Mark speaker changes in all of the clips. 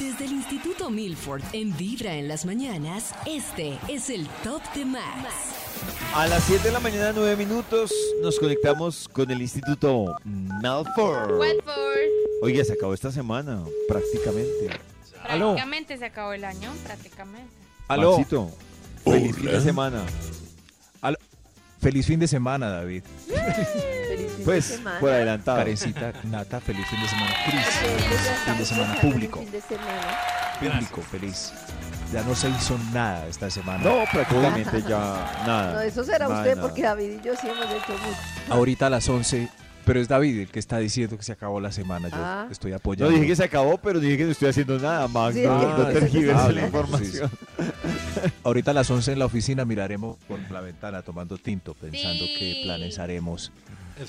Speaker 1: Desde el Instituto Milford en Vibra en las mañanas, este es el Top de Max.
Speaker 2: A las 7 de la mañana, 9 minutos, nos conectamos con el Instituto Malford.
Speaker 3: Watford.
Speaker 2: Oye, se acabó esta semana, prácticamente.
Speaker 4: Aló.
Speaker 3: Prácticamente se acabó el año, prácticamente.
Speaker 4: Aló,
Speaker 2: Maxito, feliz fin de semana.
Speaker 4: aló. Feliz fin de semana, David.
Speaker 2: Pues, por adelantado.
Speaker 4: Karencita, Nata, feliz fin de semana. Cris, feliz fin de semana público. Público, feliz. Ya no se hizo nada esta semana.
Speaker 2: No, prácticamente ya nada.
Speaker 5: No, eso será
Speaker 2: Nada,
Speaker 5: usted
Speaker 2: nada.
Speaker 5: porque David y yo sí hemos hecho mucho.
Speaker 4: Ahorita a las 11, pero es David el que está diciendo que se acabó la semana. Yo
Speaker 5: Ah.
Speaker 4: estoy
Speaker 2: No
Speaker 4: apoyando.
Speaker 2: dije que se acabó, pero dije que no estoy haciendo nada, Max.
Speaker 5: Sí,
Speaker 2: no,
Speaker 4: Ah,
Speaker 5: que-
Speaker 2: no
Speaker 5: que-
Speaker 2: tergiverse
Speaker 4: hable,
Speaker 2: la información.
Speaker 4: Ahorita a las 11 en la oficina miraremos por la ventana tomando tinto, pensando qué planes haremos.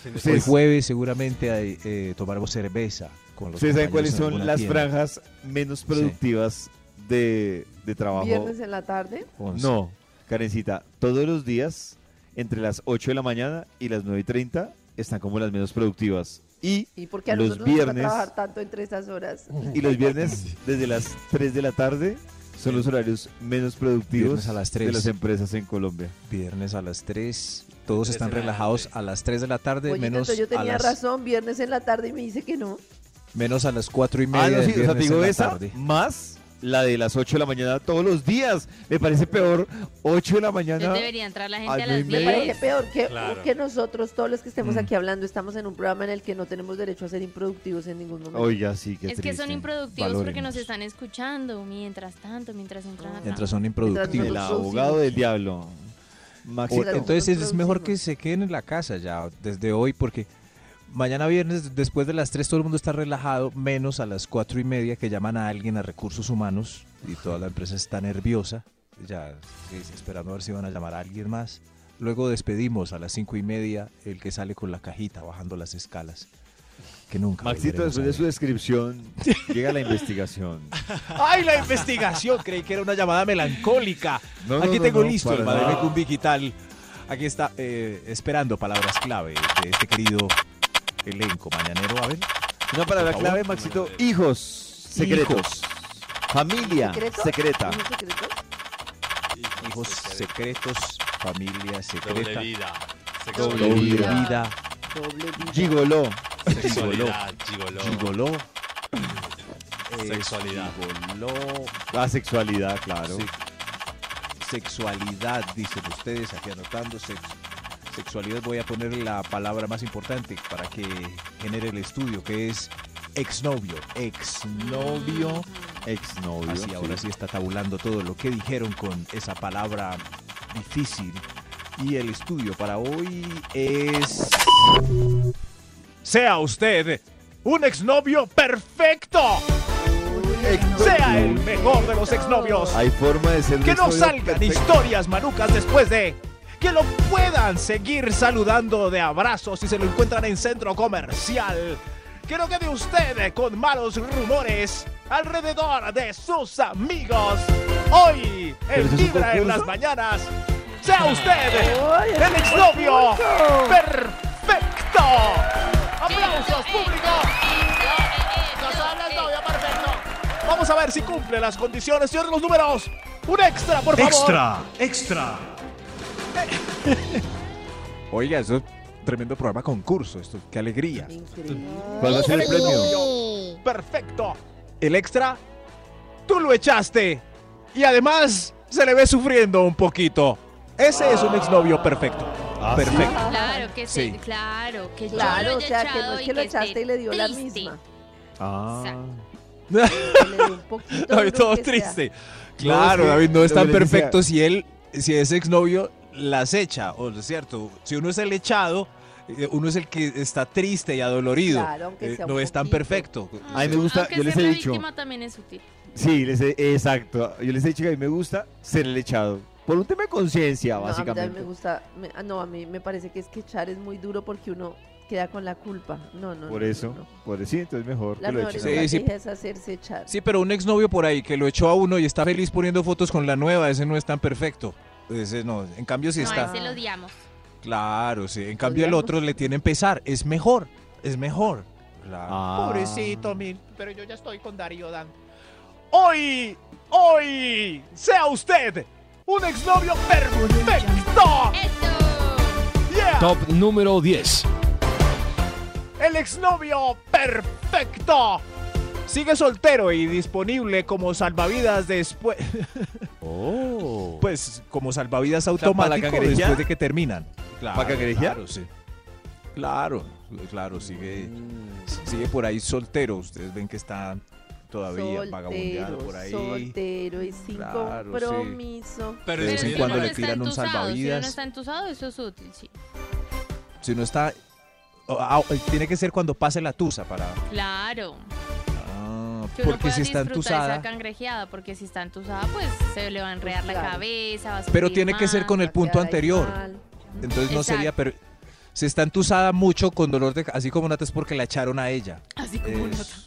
Speaker 4: El
Speaker 2: Ustedes,
Speaker 4: jueves seguramente hay, eh, tomaremos cerveza con los
Speaker 2: ustedes saben
Speaker 4: compañeros
Speaker 2: cuáles
Speaker 4: en
Speaker 2: son
Speaker 4: alguna
Speaker 2: las
Speaker 4: tienda.
Speaker 2: franjas menos productivas de, de trabajo.
Speaker 5: Viernes en la tarde.
Speaker 4: Once.
Speaker 2: No, Karencita, todos los días, entre las 8 de la mañana y las 9 y 30, están como las menos productivas. Y,
Speaker 5: ¿Y por qué a
Speaker 2: Los
Speaker 5: nosotros nos toca
Speaker 2: viernes.
Speaker 5: trabajar tanto entre esas horas?
Speaker 2: y los viernes, desde las 3 de la tarde, son los horarios menos productivos
Speaker 4: Viernes a las Ah,
Speaker 2: de
Speaker 4: 3.
Speaker 2: las empresas en Colombia.
Speaker 4: Viernes a las 3. Todos están relajados a las 3 de la tarde,
Speaker 5: Oye,
Speaker 4: menos,
Speaker 5: entonces yo
Speaker 4: a
Speaker 5: tenía
Speaker 4: las,
Speaker 5: razón, viernes en la tarde y me dice que no.
Speaker 4: menos a las 4 y media.
Speaker 2: Ah, no,
Speaker 4: del
Speaker 2: sí, o sea, te
Speaker 4: viernes en
Speaker 2: digo
Speaker 4: la
Speaker 2: esa
Speaker 4: tarde.
Speaker 2: más la de las 8 de la mañana todos los días. Me parece peor 8 de la mañana.
Speaker 3: Entonces debería entrar la
Speaker 2: al
Speaker 3: gente a
Speaker 2: nueve y
Speaker 3: las
Speaker 5: Me
Speaker 2: media.
Speaker 3: 10.
Speaker 5: parece peor que,
Speaker 6: Claro.
Speaker 5: que nosotros, todos los que estemos
Speaker 4: Mm.
Speaker 5: aquí hablando, estamos en un programa en el que no tenemos derecho a ser improductivos en ningún momento.
Speaker 2: Oiga, sí, qué
Speaker 3: Es que son
Speaker 2: triste.
Speaker 3: improductivos porque
Speaker 2: Valórenos.
Speaker 3: nos están escuchando mientras tanto, mientras entran acá.
Speaker 4: Mientras son
Speaker 5: Mientras
Speaker 2: El
Speaker 4: improductivos.
Speaker 5: no-
Speaker 2: abogado del diablo.
Speaker 4: O-
Speaker 2: Maxito.
Speaker 5: Mientras no-
Speaker 4: entonces es
Speaker 5: productivos.
Speaker 4: mejor que se queden en la casa ya desde hoy porque mañana viernes después de las 3 todo el mundo está relajado menos a las 4 y media que llaman a alguien a recursos humanos y toda la empresa está nerviosa ya sí, esperando a ver si van a llamar a alguien más. Luego despedimos a las 5 y media el que sale con la cajita bajando las escalas que nunca.
Speaker 2: Maxito,
Speaker 4: volveremos a
Speaker 2: después de su
Speaker 4: ver.
Speaker 2: descripción, llega la investigación.
Speaker 4: ¡Ay, la investigación! Creí que era una llamada melancólica.
Speaker 2: No, no,
Speaker 4: Aquí
Speaker 2: no,
Speaker 4: tengo
Speaker 2: no,
Speaker 4: listo Ah,
Speaker 2: para
Speaker 4: el Madeleine
Speaker 2: nada.
Speaker 4: Kun Digital. Aquí está, eh, esperando palabras clave de este querido elenco mañanero. A ver,
Speaker 2: Una palabra
Speaker 4: Por favor.
Speaker 2: clave, Maxito. Hijos secretos. Familia
Speaker 5: ¿Secreto?
Speaker 2: secreta.
Speaker 5: ¿Dijo secreto?
Speaker 4: hijos secretos, familia secreta,
Speaker 6: Doble vida.
Speaker 2: Doble
Speaker 4: doble
Speaker 2: vida.
Speaker 4: vida,
Speaker 5: Doble vida.
Speaker 2: Gigoló.
Speaker 6: Sexualidad. Gigoló.
Speaker 4: gigoló. eh,
Speaker 6: Sexualidad.
Speaker 4: gigoló,
Speaker 2: Asexualidad, claro.
Speaker 4: Sí. sexualidad, dicen ustedes aquí anotando sexo. Sexualidad voy a poner la palabra más importante para que genere el estudio, que es exnovio. Exnovio.
Speaker 2: Exnovio.
Speaker 4: Así ahora Mm. sí está tabulando todo lo que dijeron con esa palabra difícil. Y el estudio para hoy es... Sea usted un exnovio perfecto. Sea el mejor de los exnovios.
Speaker 2: Hay forma de ser un
Speaker 4: Que no
Speaker 2: exnovio
Speaker 4: salgan
Speaker 2: perfecto.
Speaker 4: historias marucas después de. Que lo puedan seguir saludando de abrazos si se lo encuentran en centro comercial. Que no quede usted con malos rumores alrededor de sus amigos. Hoy,
Speaker 2: ¿Pero eso
Speaker 4: en
Speaker 2: es un
Speaker 4: Vibra en
Speaker 2: concurso?
Speaker 4: las mañanas, sea usted
Speaker 5: ¡Ay, es
Speaker 4: el
Speaker 5: un
Speaker 4: exnovio
Speaker 5: concurso!
Speaker 4: perfecto. ¡Aplausos, público! Vamos a ver si cumple las condiciones. Señor de los números, un extra, por favor. Extra, extra. Oiga, eso es tremendo programa concurso. Esto, qué alegría.
Speaker 5: Increíble.
Speaker 2: ¿Cuál va a ser el premio?
Speaker 4: Perfecto. El extra, tú lo echaste. Y además, se le ve sufriendo un poquito. Ese es un exnovio perfecto.
Speaker 2: ¿sí?
Speaker 4: perfecto.
Speaker 3: Claro que sí,
Speaker 4: Sí.
Speaker 3: claro que yo lo
Speaker 5: Claro,
Speaker 3: haya
Speaker 5: o sea, que
Speaker 3: echado
Speaker 5: no es que lo
Speaker 3: esté
Speaker 5: echaste y le dio la
Speaker 3: triste.
Speaker 5: misma.
Speaker 2: Ah.
Speaker 3: Exacto.
Speaker 5: que le dio un poquito de
Speaker 4: David,
Speaker 5: lo
Speaker 4: todo
Speaker 5: que sea.
Speaker 4: triste.
Speaker 2: No,
Speaker 4: Claro,
Speaker 2: es que
Speaker 4: David, no es
Speaker 2: lo
Speaker 4: tan
Speaker 2: que le decía-
Speaker 4: perfecto si él, si es exnovio, las echa, o es cierto, si uno es el echado, eh, uno es el que está triste y adolorido. Eh,
Speaker 5: Claro, aunque sea un
Speaker 4: no es tan
Speaker 5: poquito.
Speaker 4: perfecto.
Speaker 2: A mí me gusta,
Speaker 3: Aunque
Speaker 2: yo les
Speaker 3: ser
Speaker 2: he
Speaker 3: la
Speaker 2: dicho.
Speaker 3: víctima también es útil.
Speaker 2: Sí, les he- exacto. Yo les he dicho que a mí me gusta ser el echado. Por un tema de conciencia,
Speaker 5: No, a mí también
Speaker 2: básicamente.
Speaker 5: me gusta. me- ah, no, a mí me parece que es que echar es muy duro porque uno queda con la culpa. No, no.
Speaker 2: Por
Speaker 5: no,
Speaker 2: eso,
Speaker 5: no, no.
Speaker 2: por eso, sí, entonces mejor
Speaker 5: La
Speaker 2: que lo
Speaker 5: mejor
Speaker 2: echen.
Speaker 4: Sí,
Speaker 5: estrategia
Speaker 4: sí.
Speaker 5: es hacerse echar.
Speaker 4: Sí, pero un exnovio por ahí que lo echó a uno y está feliz poniendo fotos con la nueva, ese no es tan perfecto. Ese no, en cambio sí
Speaker 3: no,
Speaker 4: está.
Speaker 3: a ese lo odiamos.
Speaker 4: Claro, sí. En cambio el otro le tienen pesar. Es mejor, es mejor. Claro.
Speaker 2: Ah.
Speaker 7: Pobrecito, mil. Pero yo ya estoy con Darío Dan. Hoy, hoy, sea usted un exnovio perfecto.
Speaker 3: ¡Eso!
Speaker 7: Yeah.
Speaker 8: Top número 10.
Speaker 7: El exnovio perfecto. Sigue soltero y disponible como salvavidas después.
Speaker 8: Oh.
Speaker 4: Pues como salvavidas
Speaker 2: sea, ¿para la
Speaker 4: automático
Speaker 2: cangrejea?
Speaker 4: después de que terminan. Claro,
Speaker 2: ¿Para cangrejea?
Speaker 4: Claro, sí. Claro, claro, sigue,
Speaker 2: Mm.
Speaker 4: sigue por ahí soltero. Ustedes ven que está todavía vagabundeando por ahí.
Speaker 5: soltero y sin
Speaker 4: Claro, sí.
Speaker 5: compromiso.
Speaker 4: Pero de vez en
Speaker 3: si
Speaker 4: cuando
Speaker 3: uno
Speaker 4: le
Speaker 3: está
Speaker 4: tiran un
Speaker 3: entusado, Si uno
Speaker 4: salvavidas.
Speaker 3: está entusado, eso es útil, sí.
Speaker 4: Si no está... ah, ah, tiene que ser cuando pase la tusa para...
Speaker 3: Claro.
Speaker 4: Ah,
Speaker 3: Que uno
Speaker 4: porque
Speaker 3: pueda
Speaker 4: si está
Speaker 3: disfrutar
Speaker 4: entusada...
Speaker 3: esa cangrejeada, porque si está entusada, pues se le va a enredar
Speaker 5: Pues
Speaker 3: la
Speaker 5: claro.
Speaker 3: cabeza, va a
Speaker 4: Pero
Speaker 3: sufrir
Speaker 4: tiene que ser
Speaker 3: más.
Speaker 4: con
Speaker 5: va
Speaker 4: el
Speaker 5: a
Speaker 4: punto
Speaker 5: quedar ahí
Speaker 4: anterior.
Speaker 5: mal.
Speaker 4: Entonces no
Speaker 3: Exacto.
Speaker 4: sería... pero Si está entusada mucho con dolor de... ca- Así como Nata es porque la echaron a ella.
Speaker 3: Así Ah, como
Speaker 4: Es-
Speaker 3: nota.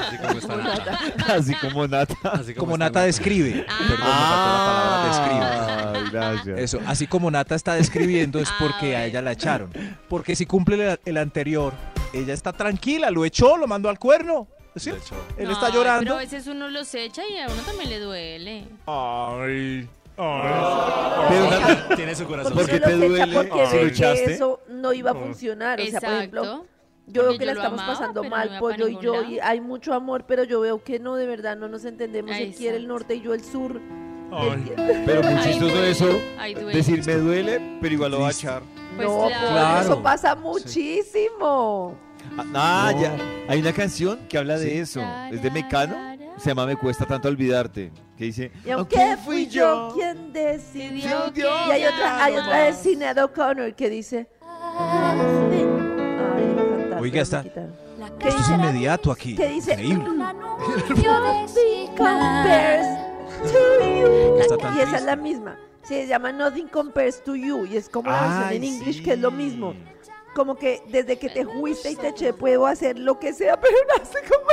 Speaker 6: Así como está Nata.
Speaker 2: Así como Nata.
Speaker 6: Así
Speaker 4: como
Speaker 6: está
Speaker 4: Nata describe.
Speaker 3: Ah.
Speaker 4: Perdón, me faltó la palabra describe.
Speaker 2: Ay, gracias.
Speaker 4: Eso, así como Nata está describiendo es
Speaker 3: Ah,
Speaker 4: porque a
Speaker 3: bueno.
Speaker 4: ella la echaron. Porque si cumple el, el anterior, ella está tranquila, lo echó, lo mandó al cuerno. ¿sí?
Speaker 6: De hecho,
Speaker 4: Él
Speaker 3: No,
Speaker 4: está
Speaker 3: Pero
Speaker 4: llorando.
Speaker 3: a veces uno los echa y a uno también le duele.
Speaker 4: Ay,
Speaker 2: Pero Nata,
Speaker 6: tiene su corazón.
Speaker 2: ¿Por
Speaker 5: Porque
Speaker 2: qué
Speaker 5: uno
Speaker 2: te
Speaker 5: lo echa
Speaker 2: duele
Speaker 5: porque
Speaker 2: si lo
Speaker 5: ve que
Speaker 2: echaste?
Speaker 5: eso no iba
Speaker 4: Mm.
Speaker 5: a funcionar. O sea, por ejemplo,
Speaker 3: Exacto.
Speaker 5: yo veo
Speaker 3: Porque
Speaker 5: que
Speaker 3: yo
Speaker 5: la
Speaker 3: lo
Speaker 5: estamos
Speaker 3: amaba,
Speaker 5: pasando
Speaker 3: pero no
Speaker 5: mal,
Speaker 3: iba pa'
Speaker 5: pollo y
Speaker 3: ningún
Speaker 5: yo,
Speaker 3: lado.
Speaker 5: y hay mucho amor, pero yo veo que no, de verdad, no nos entendemos. Él quiere el
Speaker 3: Exacto.
Speaker 5: norte y yo el sur.
Speaker 2: Pero muy
Speaker 3: Ay,
Speaker 2: chistoso
Speaker 3: duele.
Speaker 2: eso.
Speaker 3: Ay, duele.
Speaker 2: Decir, me duele, pero igual lo va a echar.
Speaker 3: Pues
Speaker 5: no,
Speaker 3: claro.
Speaker 5: pollo,
Speaker 4: Claro.
Speaker 5: eso pasa muchísimo.
Speaker 2: Ah, ah,
Speaker 4: No.
Speaker 2: ya. Hay una canción que habla
Speaker 4: Sí.
Speaker 2: de eso. Es de Mecano. Se llama Me cuesta tanto olvidarte. Que dice,
Speaker 5: Y aunque fui yo quien decidió.
Speaker 3: Decidió
Speaker 5: Y
Speaker 3: que
Speaker 5: hay
Speaker 3: ya
Speaker 5: otra, hay
Speaker 3: no
Speaker 5: otra de
Speaker 3: más.
Speaker 5: Sinead O'Connor que dice. "Hazme". Ay, iba a
Speaker 4: Oiga,
Speaker 5: cantar, pero me
Speaker 4: está-
Speaker 5: quitaron. ¿Qué
Speaker 4: esto es
Speaker 5: dice?
Speaker 4: inmediato aquí.
Speaker 5: ¿Qué dice?
Speaker 4: Increíble.
Speaker 5: Nothing compares to you.
Speaker 4: Está tan
Speaker 5: Y esa es la
Speaker 4: triste.
Speaker 5: misma. Se llama Nothing compares to you. Y es como la versión
Speaker 4: Ay,
Speaker 5: en inglés
Speaker 4: Ah, sí.
Speaker 5: que es lo mismo. Como que desde que te fuiste y te eché, puedo hacer lo que sea, pero no sé cómo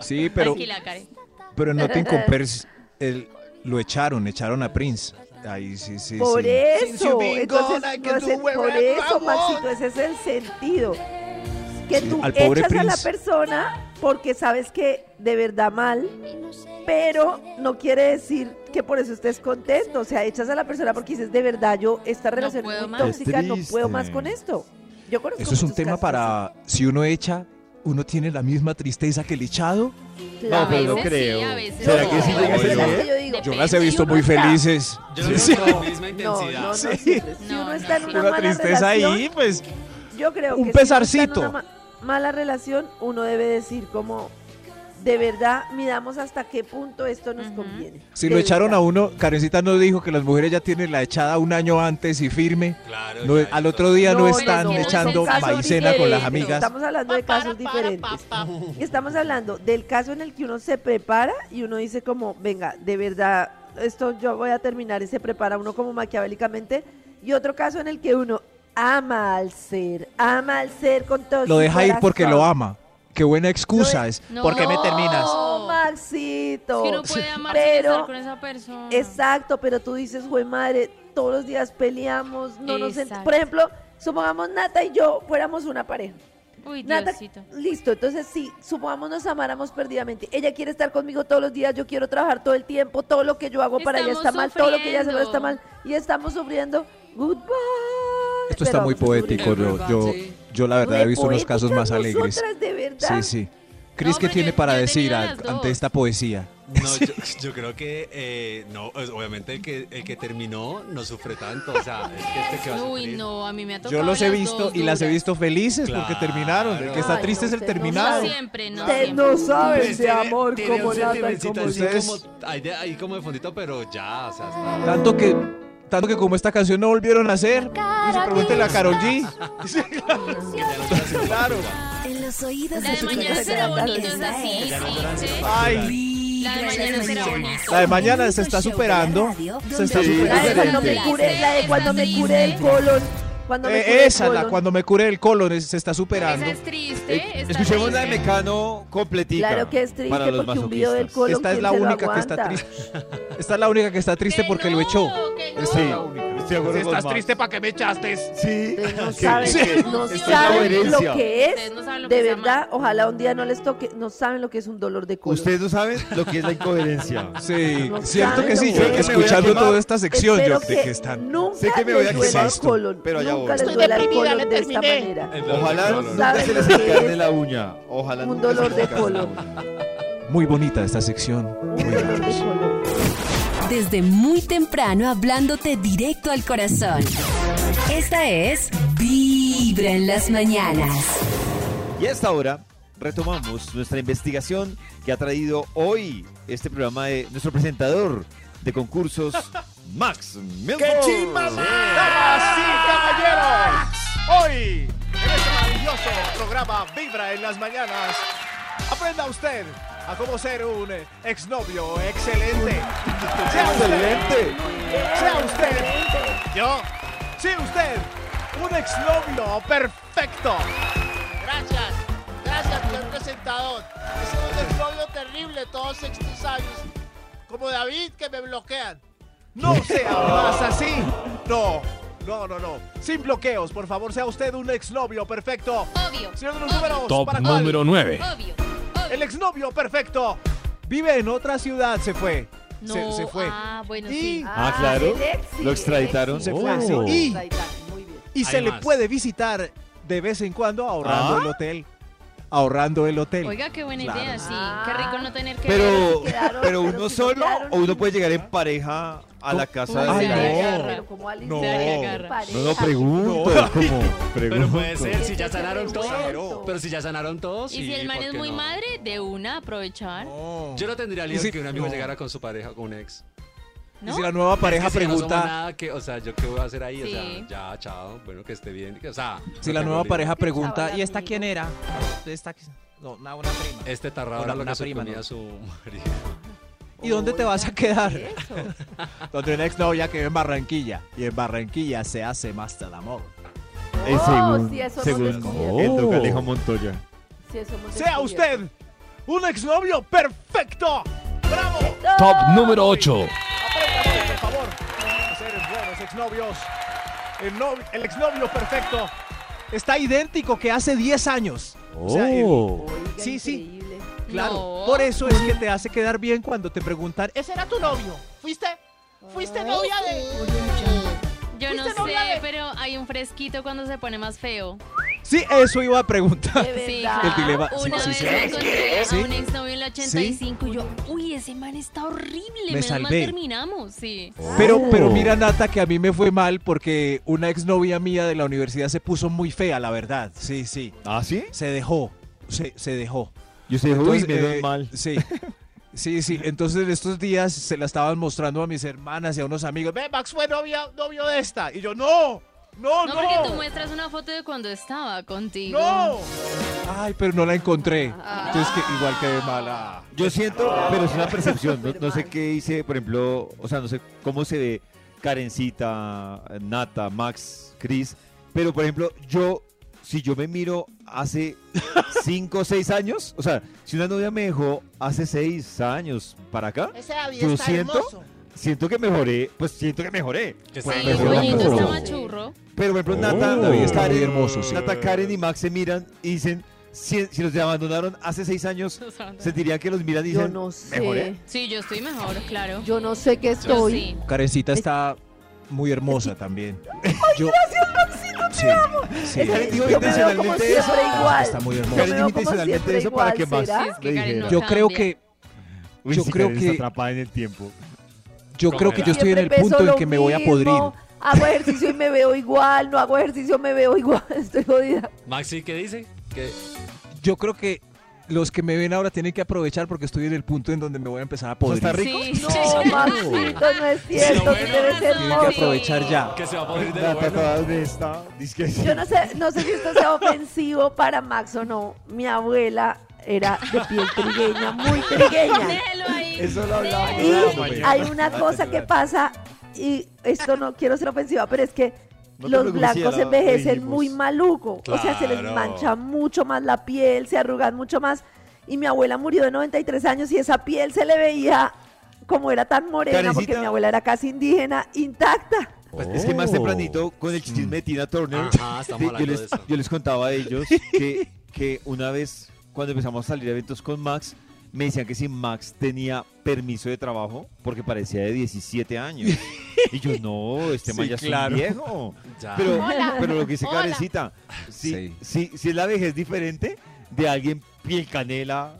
Speaker 4: Sí, pero,
Speaker 3: Tranquila, Karen.
Speaker 4: pero no te incompers. el- lo echaron, echaron a Prince. Ahí sí, sí.
Speaker 5: Por
Speaker 4: sí.
Speaker 5: eso.
Speaker 7: be
Speaker 5: Entonces,
Speaker 7: gone, I
Speaker 5: no
Speaker 7: can
Speaker 5: es
Speaker 7: do
Speaker 5: el-
Speaker 7: whatever
Speaker 5: por
Speaker 7: I
Speaker 5: eso,
Speaker 7: want.
Speaker 5: Maxito, ese es el sentido. Que tú
Speaker 4: al pobre
Speaker 5: echas a la
Speaker 4: Prince.
Speaker 5: persona porque sabes que de verdad mal, pero no quiere decir que por eso estés contento. O sea, echas a la persona porque dices, de verdad, yo esta relación
Speaker 3: puedo
Speaker 5: es muy
Speaker 3: más.
Speaker 2: Qué
Speaker 5: tóxica, no puedo más
Speaker 2: triste.
Speaker 5: con esto. Yo conozco
Speaker 4: Eso es un
Speaker 5: muchos
Speaker 4: tema
Speaker 5: casos
Speaker 4: para si uno echa, uno tiene la misma tristeza que el echado.
Speaker 5: así.
Speaker 2: No, pero
Speaker 3: A
Speaker 2: no
Speaker 3: veces
Speaker 2: creo.
Speaker 3: sí, a veces
Speaker 2: ¿Será
Speaker 3: no.
Speaker 2: que sí eh? llega a ser
Speaker 5: Yo
Speaker 2: nivel?
Speaker 5: digo,
Speaker 3: Yo las he
Speaker 5: si
Speaker 3: visto
Speaker 5: uno está-
Speaker 4: felices.
Speaker 6: Yo no tengo la misma
Speaker 5: No, no,
Speaker 6: intensidad.
Speaker 5: no,
Speaker 4: Sí.
Speaker 5: siempre. Si
Speaker 3: No,
Speaker 5: uno
Speaker 3: no.
Speaker 5: está en una,
Speaker 4: Una
Speaker 5: mala
Speaker 4: tristeza
Speaker 5: relación,
Speaker 4: ahí, pues.
Speaker 5: Yo creo
Speaker 4: Un
Speaker 5: que si uno está en
Speaker 4: pesarcito.
Speaker 5: una ma- mala relación, uno debe decir como, de verdad, midamos hasta qué punto esto nos
Speaker 3: Ujú.
Speaker 5: conviene.
Speaker 4: Si
Speaker 5: De
Speaker 4: lo echaron a
Speaker 5: verdad.
Speaker 4: uno, Karencita nos dijo que las mujeres ya tienen la echada un año antes y firme.
Speaker 6: Claro.
Speaker 4: No,
Speaker 6: ya,
Speaker 4: al
Speaker 6: ya.
Speaker 4: otro día no,
Speaker 5: No,
Speaker 4: están
Speaker 5: no, no,
Speaker 4: echando
Speaker 5: son casos
Speaker 4: maicena con las
Speaker 5: diferentes.
Speaker 4: amigas.
Speaker 5: Estamos hablando de casos diferentes. Estamos hablando del caso en el que uno se prepara y uno dice como, venga, de verdad, esto yo voy a terminar y se prepara uno como maquiavélicamente. Y otro caso en el que uno ama al ser, ama al ser con todo
Speaker 4: Lo
Speaker 5: su
Speaker 4: deja ir porque
Speaker 5: corazón.
Speaker 4: lo ama. Qué buena excusa
Speaker 5: eh,
Speaker 4: es.
Speaker 3: No.
Speaker 4: ¿Por qué me terminas?
Speaker 5: No, Maxito.
Speaker 3: Que uno puede amar
Speaker 5: Pero-
Speaker 3: sin estar con esa persona.
Speaker 5: Exacto, pero tú dices, güey, madre, todos los días peleamos, no nos ent-
Speaker 3: Exacto.
Speaker 5: Por ejemplo, supongamos Nata y yo fuéramos una pareja.
Speaker 3: Uy,
Speaker 5: Nata,
Speaker 3: Diosito.
Speaker 5: listo, entonces sí, supongamos nos amáramos perdidamente. Ella quiere estar conmigo todos los días, yo quiero trabajar todo el tiempo, todo lo que yo hago para ella está
Speaker 3: Estamos
Speaker 5: mal, todo lo que ella hace para está mal,
Speaker 3: sufriendo.
Speaker 5: y estamos sufriendo. Goodbye.
Speaker 4: Esto
Speaker 5: Pero
Speaker 4: está muy
Speaker 5: vamos a sufrir.
Speaker 4: poético. Yo, yo, yo la verdad
Speaker 5: Re
Speaker 4: he visto unos
Speaker 5: poéticas
Speaker 4: casos más alegres.
Speaker 5: nosotras, de verdad.
Speaker 4: Sí, sí. Cris,
Speaker 3: No,
Speaker 4: ¿qué
Speaker 3: pero
Speaker 4: tiene
Speaker 3: yo-
Speaker 4: para
Speaker 3: yo he
Speaker 4: decir
Speaker 3: tenido
Speaker 4: a-
Speaker 3: las dos.
Speaker 4: ante esta poesía?
Speaker 6: No, yo, yo creo que eh, no, pues, obviamente el que, el que terminó no sufre tanto. O sea, es que este que va a
Speaker 3: Uy,
Speaker 6: sufrir.
Speaker 3: no, a mí me ha tocado.
Speaker 4: Yo los he
Speaker 3: las
Speaker 4: visto
Speaker 3: dos
Speaker 4: y las he
Speaker 3: duras.
Speaker 4: visto felices porque
Speaker 6: Claro.
Speaker 4: terminaron. El que está
Speaker 5: Ay,
Speaker 4: triste
Speaker 5: no,
Speaker 4: es el
Speaker 5: usted no
Speaker 3: No
Speaker 4: terminado.
Speaker 3: siempre, no
Speaker 5: Usted
Speaker 3: siempre.
Speaker 5: no sabe
Speaker 6: Pues
Speaker 5: ese
Speaker 6: tiene-
Speaker 5: amor
Speaker 6: tiene
Speaker 5: como
Speaker 6: un
Speaker 5: Nata y
Speaker 6: sentimentito
Speaker 5: como
Speaker 6: así
Speaker 4: ustedes.
Speaker 6: como- ahí de- ahí como de fondito, pero ya, o sea, está.
Speaker 4: Tanto que, tanto que como esta canción no volvieron a hacer, pregúntele a Carol G. Eh,
Speaker 1: En los oídos
Speaker 3: La
Speaker 1: de
Speaker 3: de
Speaker 1: tu
Speaker 3: mañana
Speaker 1: corazón,
Speaker 3: será bonito, es
Speaker 1: esta
Speaker 3: así.
Speaker 1: es
Speaker 3: sí, sí.
Speaker 4: Ay,
Speaker 3: La de mañana será buena.
Speaker 4: La de mañana se está
Speaker 9: show de la
Speaker 4: superando.
Speaker 9: radio
Speaker 4: Se está
Speaker 2: donde
Speaker 5: La de cuando
Speaker 4: superando.
Speaker 5: me cure, la de cuando me
Speaker 3: Está
Speaker 5: cure el
Speaker 3: triste.
Speaker 5: colon. Cuando me cure
Speaker 4: Eh,
Speaker 5: el
Speaker 4: esa, la
Speaker 5: colon.
Speaker 4: cuando me cure el colon, es- se está superando.
Speaker 3: Esa es triste.
Speaker 4: Eh,
Speaker 3: está
Speaker 2: Escuchemos la de
Speaker 3: triste.
Speaker 2: Mecano completita.
Speaker 5: Claro que es triste
Speaker 2: para los
Speaker 5: porque un video del
Speaker 2: masoquistas.
Speaker 5: colon.
Speaker 4: Esta es
Speaker 5: ¿quién
Speaker 4: la
Speaker 5: se lo
Speaker 4: única que está
Speaker 5: aguanta?
Speaker 4: triste. Esta es la única que está triste
Speaker 3: Que
Speaker 4: porque lo
Speaker 3: no,
Speaker 4: echó.
Speaker 3: que no.
Speaker 2: Esta es la única. Estoy de acuerdo
Speaker 7: Si
Speaker 2: con
Speaker 7: estás
Speaker 2: Max.
Speaker 7: triste, ¿para qué me echaste?
Speaker 2: Sí.
Speaker 5: Ustedes no
Speaker 2: Sí.
Speaker 5: saben,
Speaker 2: Sí.
Speaker 5: no
Speaker 3: Esta es la
Speaker 5: saben lo
Speaker 2: coherencia.
Speaker 5: que es.
Speaker 3: Ustedes no saben lo que
Speaker 5: De
Speaker 3: es
Speaker 5: verdad,
Speaker 3: amar.
Speaker 5: ojalá un día no les toque. No saben lo que es un dolor de colon.
Speaker 2: Ustedes no saben lo que es la incoherencia.
Speaker 4: Sí,
Speaker 5: No
Speaker 4: cierto
Speaker 5: saben
Speaker 4: que
Speaker 5: lo
Speaker 4: sí.
Speaker 5: que
Speaker 4: Yo
Speaker 5: es.
Speaker 4: escuchando
Speaker 2: Espero
Speaker 4: toda
Speaker 2: que-
Speaker 4: esta sección, yo
Speaker 5: Espero
Speaker 4: de que están.
Speaker 5: Nunca
Speaker 2: Sé que me
Speaker 5: les
Speaker 2: voy a
Speaker 5: duela
Speaker 2: quemar
Speaker 5: el
Speaker 2: esto,
Speaker 5: colon.
Speaker 2: pero allá
Speaker 5: Nunca
Speaker 2: voy.
Speaker 5: les
Speaker 7: Estoy
Speaker 5: duela el
Speaker 7: deprimida,
Speaker 5: colon
Speaker 7: me
Speaker 5: de esta
Speaker 7: terminé.
Speaker 5: manera.
Speaker 6: El dolor,
Speaker 2: Ojalá
Speaker 6: el
Speaker 5: no
Speaker 6: dolor.
Speaker 2: nunca se les encarne la uña. Ojalá
Speaker 5: Un
Speaker 2: nunca se
Speaker 5: dolor
Speaker 2: les
Speaker 5: de
Speaker 2: encarne la
Speaker 5: colon.
Speaker 2: uña.
Speaker 4: Muy bonita esta sección. Muy
Speaker 5: Un dolor de
Speaker 4: bonita.
Speaker 5: colon.
Speaker 1: Desde muy temprano hablándote directo al corazón. Esta es Vibra en las mañanas.
Speaker 2: Y a esta hora retomamos nuestra investigación que ha traído hoy este programa de nuestro presentador de concursos, Max Milford.
Speaker 7: Damas y caballeros, hoy en este maravilloso programa Vibra en las mañanas, aprenda usted a cómo ser un eh, exnovio excelente. Sea usted,
Speaker 2: ¡Excelente!
Speaker 7: sea usted, yo, sí usted, un exnovio perfecto.
Speaker 10: Gracias, gracias, señor presentador. Es un desflorio terrible todos estos años. Como David, que me bloquean.
Speaker 7: No sea más así. No, no, no, no. Sin bloqueos, por favor, sea usted un exnovio perfecto.
Speaker 3: Obvio.
Speaker 7: Señor de los números,
Speaker 8: Top
Speaker 7: ¿para cuál?
Speaker 8: número 9.
Speaker 3: Obvio.
Speaker 7: El exnovio perfecto vive en otra ciudad, se fue.
Speaker 3: No,
Speaker 7: se, se fue.
Speaker 3: Ah, bueno,
Speaker 7: Y-
Speaker 3: sí.
Speaker 2: Ah, claro. Lo extraditaron.
Speaker 7: Se fue
Speaker 8: Oh.
Speaker 7: así. Y, y se
Speaker 6: Hay
Speaker 7: le
Speaker 6: más.
Speaker 7: puede visitar de vez en cuando ahorrando
Speaker 2: Ah.
Speaker 7: el hotel.
Speaker 4: Ahorrando el hotel.
Speaker 3: Oiga, qué buena
Speaker 4: Claro.
Speaker 3: idea, sí.
Speaker 5: Ah.
Speaker 3: Qué rico no tener que ver.
Speaker 2: Pero,
Speaker 5: Quedaron,
Speaker 2: pero
Speaker 5: pero
Speaker 2: uno
Speaker 5: sí
Speaker 2: solo
Speaker 5: quedaron.
Speaker 2: o uno puede llegar en pareja a la casa de
Speaker 4: Ay,
Speaker 3: Se
Speaker 4: no.
Speaker 3: agarra.
Speaker 5: Pero como Alice
Speaker 4: No.
Speaker 5: Vargas,
Speaker 3: No,
Speaker 5: pareja,
Speaker 2: No, no, pregunto. ¿cómo?
Speaker 6: Pero
Speaker 2: Pregunto.
Speaker 6: puede ser, si ya
Speaker 5: Eso se
Speaker 6: sanaron
Speaker 5: ve
Speaker 6: todos.
Speaker 5: bueno.
Speaker 6: Pero si ya sanaron todos.
Speaker 3: Y si el man
Speaker 6: ¿por
Speaker 3: es
Speaker 6: qué
Speaker 3: muy
Speaker 6: no?
Speaker 3: madre, de una aprovechar.
Speaker 4: No.
Speaker 6: Yo no tendría lío
Speaker 4: Y si-
Speaker 6: que un amigo
Speaker 4: no.
Speaker 6: llegara con su pareja, con un ex.
Speaker 4: Y
Speaker 3: ¿No?
Speaker 4: si la nueva pareja
Speaker 6: Es que si no somos
Speaker 4: pregunta,
Speaker 6: nada que, o sea, ¿yo qué voy a hacer ahí? O
Speaker 3: Sí.
Speaker 6: sea, ya, chao. Bueno, que esté bien. que- O sea,
Speaker 4: si
Speaker 6: no
Speaker 4: la
Speaker 6: tengo
Speaker 4: nueva
Speaker 6: lío.
Speaker 4: pareja
Speaker 5: Qué
Speaker 4: pregunta,
Speaker 5: chaval
Speaker 4: ¿y esta
Speaker 5: amigo".
Speaker 4: quién era? Esta, no, una, una prima.
Speaker 6: Este tarrado
Speaker 4: Hola,
Speaker 6: era lo
Speaker 4: una
Speaker 6: que se
Speaker 4: prima,
Speaker 6: comía
Speaker 4: ¿no?
Speaker 6: su marido.
Speaker 4: ¿Y dónde te vas a quedar? Donde una exnovia que vive en Barranquilla. Y en Barranquilla se hace más el amor.
Speaker 2: Eh,
Speaker 5: Oh,
Speaker 2: según
Speaker 5: sí, eso no
Speaker 2: según
Speaker 5: desmiento.
Speaker 2: Edgar Calejo Montoya.
Speaker 5: sí, eso hemos
Speaker 7: Sea
Speaker 5: descubierto.
Speaker 7: usted un exnovio perfecto. ¡Bravo!
Speaker 8: Top número 8.
Speaker 7: Aprendan, por favor, a ser buenos exnovios. El, no- el exnovio perfecto
Speaker 4: Está idéntico que hace 10 años. O sea, el-
Speaker 8: Oh.
Speaker 5: Oiga,
Speaker 4: Sí, sí.
Speaker 5: increíble.
Speaker 4: claro.
Speaker 3: No.
Speaker 4: Por eso es que te hace quedar bien cuando te preguntan,
Speaker 10: ¿Ese era tu novio? ¿Fuiste? ¿Fuiste novia de...?
Speaker 3: Yo no
Speaker 10: ¿Fuiste novia
Speaker 3: sé,
Speaker 10: de-
Speaker 3: pero hay un fresquito cuando se pone más feo.
Speaker 4: Sí, eso iba a preguntar.
Speaker 5: De
Speaker 3: Sí,
Speaker 5: verdad.
Speaker 4: El dilema. sí,
Speaker 3: Una
Speaker 4: sí,
Speaker 3: vez
Speaker 4: sí.
Speaker 3: me encontré
Speaker 4: ¿Sí?
Speaker 3: a un exnovio en el 85 y yo, uy, ese man está horrible,
Speaker 4: Me
Speaker 3: menos mal
Speaker 4: salvé.
Speaker 3: terminamos, sí.
Speaker 4: Pero, pero mira, Nata, que a mí me fue mal porque una exnovia mía de la universidad se puso muy fea, la verdad. Sí, sí.
Speaker 2: ¿Ah, sí?
Speaker 4: Se dejó. Se, se dejó.
Speaker 2: Yo sé, uy,
Speaker 4: Entonces,
Speaker 2: me doy
Speaker 4: eh,
Speaker 2: mal.
Speaker 4: Sí. Sí, sí. Entonces en estos días se la estaban mostrando a mis hermanas y a unos amigos.
Speaker 7: Ve, Max fue novia, novio de esta. Y yo, no,
Speaker 3: No,
Speaker 7: no, no.
Speaker 3: porque tú muestras una foto de cuando estaba contigo.
Speaker 7: no.
Speaker 4: Ay, pero no la encontré.
Speaker 5: Ah.
Speaker 4: Entonces que igual quedé mala.
Speaker 2: Yo siento, pero es una percepción. No, no sé
Speaker 5: Superman.
Speaker 2: qué hice, por ejemplo, o sea, no sé cómo se ve Karencita, Nata, Max, Chris. Pero, por ejemplo, yo, si yo me miro hace 5 o 6 años, o sea, si una novia me dejó hace 6 años para acá,
Speaker 10: Ese David
Speaker 2: Yo
Speaker 10: está
Speaker 2: siento-
Speaker 10: hermoso.
Speaker 2: siento que mejoré, pues siento que mejoré.
Speaker 6: Que
Speaker 3: Sí,
Speaker 6: está
Speaker 2: Pues,
Speaker 3: el
Speaker 2: mejor
Speaker 3: pollito
Speaker 2: tampoco.
Speaker 3: estaba churro.
Speaker 2: Pero, por ejemplo,
Speaker 8: Oh.
Speaker 2: Nata,
Speaker 8: David está
Speaker 2: Karen,
Speaker 4: muy hermoso, sí.
Speaker 2: Nata, Karen y Max se miran y dicen, si, si los abandonaron hace 6 años, sentirían que los miran y
Speaker 5: Yo
Speaker 2: dicen,
Speaker 5: no sé.
Speaker 2: ¿mejoré?
Speaker 3: Sí, yo estoy mejor, claro.
Speaker 5: Yo no sé qué
Speaker 3: Yo
Speaker 5: estoy.
Speaker 3: sí.
Speaker 4: Karencita está muy hermosa también. Yo, sí, sí,
Speaker 5: Es
Speaker 2: Karen
Speaker 5: que
Speaker 2: dijo
Speaker 5: yo me veo como
Speaker 2: intencionalmente eso.
Speaker 5: siempre igual.
Speaker 4: Está muy
Speaker 5: Yo
Speaker 4: hermosa.
Speaker 5: me
Speaker 2: Karen
Speaker 5: veo
Speaker 2: dijo
Speaker 5: como
Speaker 2: intencionalmente
Speaker 5: siempre
Speaker 2: eso para
Speaker 5: igual,
Speaker 2: que Max
Speaker 5: ¿será?
Speaker 3: Es que
Speaker 2: le
Speaker 3: Karen no
Speaker 2: dijera.
Speaker 4: Yo creo
Speaker 3: cambia.
Speaker 4: que
Speaker 2: Uy,
Speaker 4: Yo
Speaker 2: si
Speaker 4: creo
Speaker 2: Karen
Speaker 4: que-
Speaker 2: está atrapada en el tiempo.
Speaker 4: yo
Speaker 6: No,
Speaker 4: creo que yo estoy en el
Speaker 5: Siempre
Speaker 4: punto
Speaker 5: peso
Speaker 4: en
Speaker 5: lo
Speaker 4: que me voy a
Speaker 5: mismo,
Speaker 4: podrir.
Speaker 5: Hago ejercicio y me veo igual, no hago ejercicio, me veo igual, estoy jodida.
Speaker 6: Maxi, ¿qué dice? Que
Speaker 4: Yo creo que los que me ven ahora tienen que aprovechar porque estoy en el punto en donde me voy a empezar a podrir.
Speaker 2: está rico.
Speaker 3: Sí.
Speaker 5: No, Maxito, no es cierto,
Speaker 6: bueno,
Speaker 5: tú eres
Speaker 3: tienes
Speaker 4: Tienen que
Speaker 5: hermoso.
Speaker 4: aprovechar ya.
Speaker 6: que se va a poner de
Speaker 2: La
Speaker 6: lo bueno.
Speaker 2: tratada de esta. Dice que sí.
Speaker 5: Yo no sé, no sé si esto sea ofensivo para Max o no. Mi abuela era de piel trigueña, muy trigueña.
Speaker 3: Déjelo ahí.
Speaker 2: Eso lo hablaba
Speaker 3: Sí.
Speaker 2: yo de Abdomen.
Speaker 5: Y hay una cosa que pasa, y esto no quiero ser ofensiva, pero es que
Speaker 2: No te
Speaker 5: los
Speaker 2: preocupes, ya
Speaker 5: blancos
Speaker 2: la
Speaker 5: envejecen
Speaker 2: dijimos.
Speaker 5: muy maluco. O sea, se les
Speaker 6: Claro.
Speaker 5: mancha mucho más la piel, se arrugan mucho más. Y mi abuela murió de 93 años y esa piel se le veía como era tan morena, porque
Speaker 2: Karencita.
Speaker 5: mi abuela era casi indígena, intacta.
Speaker 2: Pues es que más
Speaker 4: Oh.
Speaker 2: tempranito, con el chisme de Tina Turner,
Speaker 6: Ajá, Ah, estamos
Speaker 2: yo,
Speaker 6: hablando de
Speaker 2: les,
Speaker 6: eso.
Speaker 2: yo les contaba a ellos que, que una vez, cuando empezamos a salir a eventos con Max, me decían que si Max tenía permiso de trabajo, porque parecía de 17 años. Y yo, no, este man
Speaker 6: Sí,
Speaker 2: ya es
Speaker 6: claro.
Speaker 2: un viejo.
Speaker 6: Ya.
Speaker 2: Pero,
Speaker 3: Hola.
Speaker 2: pero lo que dice
Speaker 3: Hola.
Speaker 2: Karencita, si,
Speaker 4: Ah. Sí.
Speaker 2: si, si es la vejez diferente de alguien piel canela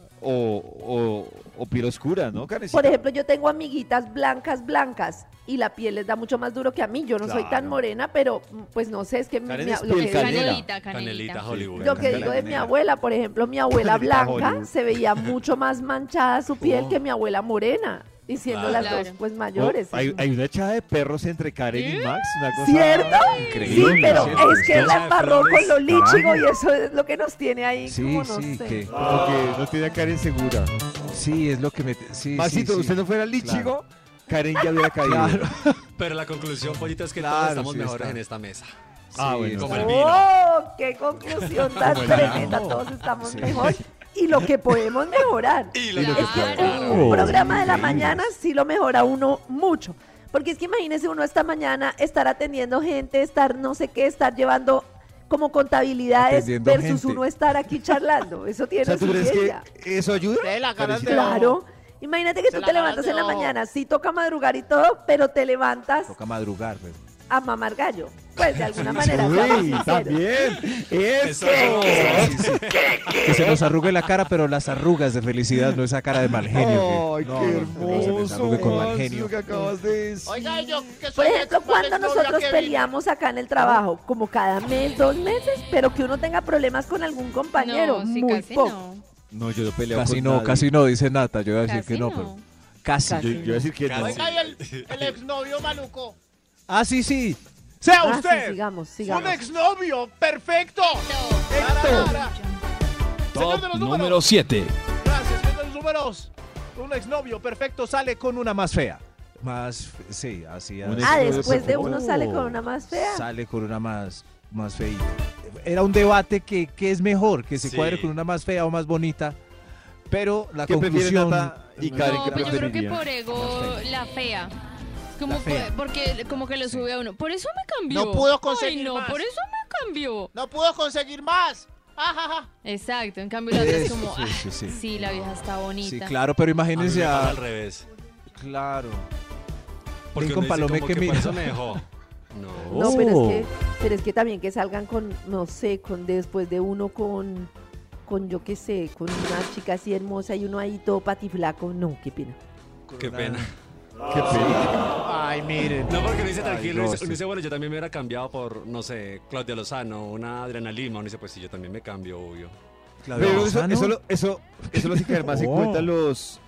Speaker 2: o, o, o piel oscura, ¿no, Karencita?
Speaker 5: Por ejemplo, yo tengo amiguitas blancas, blancas, y la piel les da mucho más duro que a mí. Yo no soy tan
Speaker 6: Claro.
Speaker 5: morena, pero mm, pues no sé, es que mi-
Speaker 2: Karen
Speaker 5: mi-
Speaker 2: es
Speaker 5: lo
Speaker 2: piel
Speaker 5: que-
Speaker 2: canela.
Speaker 3: Canelita,
Speaker 6: Canelita
Speaker 3: canelita.
Speaker 6: Hollywood.
Speaker 5: Lo que
Speaker 4: Canela
Speaker 5: digo de mi
Speaker 4: negra.
Speaker 5: abuela, por ejemplo, mi abuela
Speaker 2: Canelita
Speaker 5: blanca
Speaker 2: Hollywood.
Speaker 5: se veía mucho más manchada su piel que mi abuela morena, y siendo
Speaker 6: Claro.
Speaker 5: las dos pues
Speaker 2: Oh,
Speaker 5: mayores.
Speaker 2: hay, hay una echada de perros entre Karen y Max, una cosa...
Speaker 5: ¿Cierto? Sí,
Speaker 4: Increíble.
Speaker 5: pero
Speaker 4: ¿cierto?
Speaker 5: es que
Speaker 6: Cosa
Speaker 5: la
Speaker 6: de
Speaker 5: embarró con
Speaker 6: flores.
Speaker 5: lo líchigo y
Speaker 4: Caramba.
Speaker 5: eso es lo que nos tiene ahí
Speaker 4: Sí,
Speaker 5: como no
Speaker 4: sí,
Speaker 5: sé.
Speaker 4: que-
Speaker 2: Porque no tiene a Karen segura.
Speaker 4: Sí, es lo que me... Sí,
Speaker 2: Maxito,
Speaker 4: sí, sí.
Speaker 2: usted no fuera lichigo, Karen ya hubiera caído.
Speaker 4: Claro.
Speaker 6: Pero la conclusión, pollito, es que
Speaker 4: Claro,
Speaker 6: todos estamos
Speaker 4: sí
Speaker 6: mejores
Speaker 4: está.
Speaker 6: en esta mesa.
Speaker 2: Ah,
Speaker 4: Sí,
Speaker 2: bueno.
Speaker 6: como
Speaker 4: está
Speaker 6: el
Speaker 4: bien.
Speaker 6: vino.
Speaker 5: ¡Oh! ¡Qué conclusión tan
Speaker 6: Como el vino.
Speaker 5: tremenda! Todos estamos
Speaker 4: Sí.
Speaker 5: mejor y lo que podemos mejorar.
Speaker 6: Y lo
Speaker 3: Y
Speaker 6: que
Speaker 3: lo que está
Speaker 6: claro.
Speaker 5: un
Speaker 4: Oh,
Speaker 5: programa de la
Speaker 4: increíble.
Speaker 5: mañana sí lo mejora uno mucho. Porque es que imagínese uno esta mañana estar atendiendo gente, estar no sé qué, estar llevando como contabilidades
Speaker 4: Atendiendo
Speaker 5: versus
Speaker 4: gente.
Speaker 5: uno estar aquí charlando. Eso tiene
Speaker 2: O sea, ¿tú
Speaker 5: su
Speaker 2: crees que
Speaker 5: ciencia.
Speaker 2: eso ayuda?
Speaker 10: Te la ganas de
Speaker 5: Claro. Imagínate que
Speaker 10: Se
Speaker 5: tú
Speaker 10: la
Speaker 5: te
Speaker 10: ganas
Speaker 5: levantas
Speaker 10: de
Speaker 5: en la
Speaker 10: ojo.
Speaker 5: mañana, sí toca madrugar y todo, pero te levantas
Speaker 4: Toca madrugar, pues.
Speaker 5: a mamar gallo. Pues de alguna manera. seamos
Speaker 2: Uy,
Speaker 5: sinceros.
Speaker 2: también. Eso.
Speaker 6: Eso es lo que
Speaker 4: Sí, sí. Que se nos arrugue la cara, pero las arrugas de felicidad, no esa cara de mal genio.
Speaker 2: Ay,
Speaker 4: que- no,
Speaker 2: qué
Speaker 4: no, no, no se les
Speaker 2: hermoso.
Speaker 4: arrugue con mal
Speaker 2: Max,
Speaker 4: genio.
Speaker 2: lo que acabas de decir.
Speaker 10: Oiga, yo que soy
Speaker 3: Pues
Speaker 5: Por ejemplo,
Speaker 10: ex-
Speaker 5: cuando
Speaker 10: exnovia
Speaker 5: nosotros
Speaker 10: que vi-
Speaker 5: peleamos acá en el trabajo, como cada mes, dos meses, pero que uno tenga problemas con algún compañero,
Speaker 3: No, sí,
Speaker 5: muy
Speaker 3: casi
Speaker 5: poco.
Speaker 3: no.
Speaker 2: No, yo no peleo
Speaker 4: Casi
Speaker 2: con
Speaker 4: no,
Speaker 2: nadie.
Speaker 4: casi no, dice Nata. Yo iba a decir
Speaker 3: Casi
Speaker 4: que no, pero...
Speaker 3: no.
Speaker 4: Casi.
Speaker 2: Yo, yo voy a decir que no.
Speaker 6: Casi.
Speaker 10: Oiga, y el, el exnovio maluco.
Speaker 4: Ah, sí, sí.
Speaker 10: Sea
Speaker 5: Ah, sí,
Speaker 10: usted
Speaker 5: sigamos,
Speaker 10: un
Speaker 5: sigamos.
Speaker 10: exnovio perfecto. Tarara. Señor
Speaker 8: Top
Speaker 10: de los
Speaker 8: número 7.
Speaker 10: Gracias, señor de los números. Un exnovio perfecto sale con una más fea.
Speaker 4: Más, sí, así.
Speaker 2: Un
Speaker 4: así.
Speaker 5: Ah,
Speaker 2: exnovio
Speaker 5: después de
Speaker 2: Oh.
Speaker 5: uno sale con una más fea.
Speaker 4: Sale con una más, más feita. Era un debate que, que es mejor, que se
Speaker 6: Sí.
Speaker 4: cuadre con una más fea o más bonita. Pero la
Speaker 2: ¿Qué
Speaker 4: conclusión...
Speaker 2: prefieren Nata y
Speaker 4: No,
Speaker 2: Karen?
Speaker 3: No,
Speaker 2: ¿qué
Speaker 9: pues
Speaker 3: pero yo creo que
Speaker 2: preferiría?
Speaker 3: por ego la fea. Es Como
Speaker 4: La fea.
Speaker 3: por- porque como que lo sube a uno. Por eso me cambió.
Speaker 10: No pudo conseguir
Speaker 3: Ay, no,
Speaker 10: más.
Speaker 3: por eso me cambió.
Speaker 10: No pudo conseguir más. Ajaja.
Speaker 3: Exacto, en cambio la otra es
Speaker 4: Eso,
Speaker 3: como,
Speaker 4: sí,
Speaker 3: ah, sí,
Speaker 4: sí, sí.
Speaker 3: la vieja está bonita.
Speaker 4: Sí, claro, pero
Speaker 6: A mí me
Speaker 4: imagínense
Speaker 6: pasa
Speaker 4: a...
Speaker 6: al revés.
Speaker 4: Claro.
Speaker 6: Porque
Speaker 4: Ven con
Speaker 6: uno dice
Speaker 4: Palomé
Speaker 6: como
Speaker 4: que
Speaker 6: por
Speaker 4: mira.
Speaker 6: eso me dejó. No.
Speaker 5: No, pero es que,
Speaker 4: Oh.
Speaker 5: pero es que también que salgan con, no sé, con después de uno con, con yo qué sé, con una chica así hermosa y uno ahí todo patiflaco, no, qué pena.
Speaker 6: Qué pena.
Speaker 2: Qué pena.
Speaker 10: Ay, miren.
Speaker 6: No, porque uno dice tranquilo,
Speaker 4: no,
Speaker 6: uno dice-
Speaker 4: sí.
Speaker 6: uno dice, bueno, yo también me hubiera cambiado por, no sé, Claudia Lozano, una Adriana Lima. Uno dice, pues sí, yo también me cambio, obvio.
Speaker 4: Claro.
Speaker 2: Pero eso, eso, lo- eso, eso lo hacen caer más en
Speaker 4: Oh.
Speaker 2: cuenta los,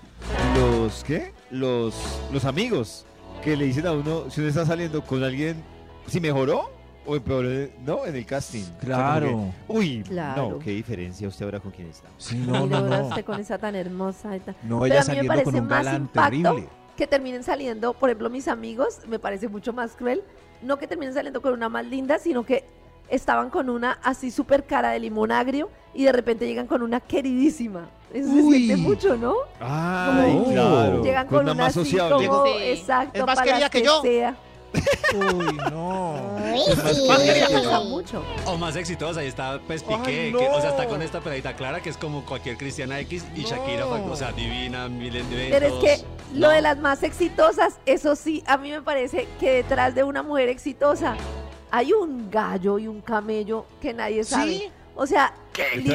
Speaker 2: los, ¿qué? Los, los amigos que le dicen a uno, si uno está saliendo con alguien, si mejoró o empeoró, no, en el casting. O sea, como
Speaker 4: Claro.
Speaker 2: que, uy,
Speaker 5: Claro.
Speaker 2: no, qué diferencia usted ahora con quién está.
Speaker 4: Sí, no,
Speaker 5: Mira,
Speaker 4: no,
Speaker 5: ahora
Speaker 4: no.
Speaker 5: usted con esa tan hermosa y tal.
Speaker 4: No,
Speaker 5: Pero
Speaker 4: ella
Speaker 5: a mí me
Speaker 4: saliendo con
Speaker 5: parece
Speaker 4: un
Speaker 5: más
Speaker 4: galán
Speaker 5: impacto
Speaker 4: terrible.
Speaker 5: que terminen saliendo, por ejemplo, mis amigos, me parece mucho más cruel, no que terminen saliendo con una más linda, sino que estaban con una así súper cara de limón agrio y de repente llegan con una queridísima. Eso se
Speaker 4: Uy.
Speaker 5: siente mucho, ¿no?
Speaker 2: Ay,
Speaker 5: Como
Speaker 2: claro.
Speaker 5: Llegan con, una,
Speaker 2: más
Speaker 5: así
Speaker 2: sociable.
Speaker 5: como,
Speaker 3: Sí.
Speaker 5: exacto,
Speaker 10: Es más
Speaker 5: para
Speaker 10: querida
Speaker 5: las
Speaker 10: que
Speaker 5: que,
Speaker 10: yo.
Speaker 5: sea.
Speaker 4: Uy, no.
Speaker 10: Más querida
Speaker 5: Eso
Speaker 10: que
Speaker 5: pasa
Speaker 10: yo.
Speaker 5: mucho.
Speaker 6: O más exitosa, ahí está Pes
Speaker 10: Ay,
Speaker 6: Piqué,
Speaker 10: no.
Speaker 6: que, o sea, está con esta peladita clara que es como cualquier cristiana X y Shakira,
Speaker 10: No.
Speaker 6: o sea, divina, miles de
Speaker 5: Pero es
Speaker 6: eventos.
Speaker 5: que lo
Speaker 6: No.
Speaker 5: de las más exitosas, eso sí, a mí me parece que detrás de una mujer exitosa hay un gallo y un camello que nadie sabe. O sea, lidiar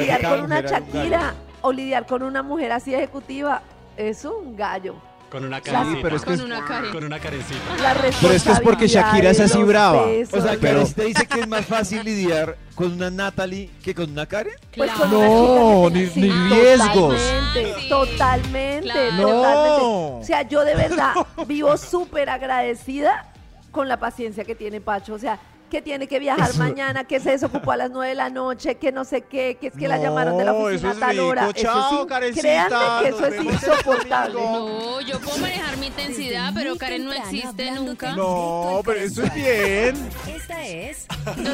Speaker 2: Detrás de
Speaker 5: con
Speaker 2: cada
Speaker 5: una
Speaker 2: mujer hay un
Speaker 5: Shakira o lidiar con una mujer así ejecutiva, eso es un gallo.
Speaker 6: Con una
Speaker 4: Sí,
Speaker 6: carecita.
Speaker 4: pero es que
Speaker 3: Con una cara.
Speaker 6: Con una carecita.
Speaker 5: La
Speaker 4: Pero esto es porque Shakira es así
Speaker 5: responsabilidad, los
Speaker 4: brava.
Speaker 5: pesos,
Speaker 2: O sea,
Speaker 4: Pero-
Speaker 2: pero usted dice que es más fácil lidiar con una Natalie que con una Karen.
Speaker 5: pues
Speaker 3: Claro.
Speaker 5: con una
Speaker 4: No,
Speaker 5: chica que
Speaker 4: ni-
Speaker 5: tenga-
Speaker 4: ni
Speaker 5: sí,
Speaker 4: riesgos.
Speaker 5: Totalmente,
Speaker 3: Ah, sí.
Speaker 5: totalmente,
Speaker 3: Claro.
Speaker 4: No.
Speaker 5: totalmente. O sea, yo de verdad vivo súper agradecida con la paciencia que tiene Pacho. O sea, que tiene que viajar mañana, que se desocupó a las 9 de la noche, que no sé qué, que es que la llamaron de la
Speaker 7: No,
Speaker 5: oficina
Speaker 7: eso es
Speaker 5: a tal hora.
Speaker 7: rico. Chao,
Speaker 5: eso es in-
Speaker 7: Karencita,
Speaker 5: créanme que eso
Speaker 7: nos
Speaker 5: es
Speaker 7: vemos el
Speaker 5: insoportable.
Speaker 7: domingo.
Speaker 9: No, yo puedo manejar mi intensidad, pero Karen no existe nunca. No,
Speaker 7: No, pero eso es bien.
Speaker 1: Esta es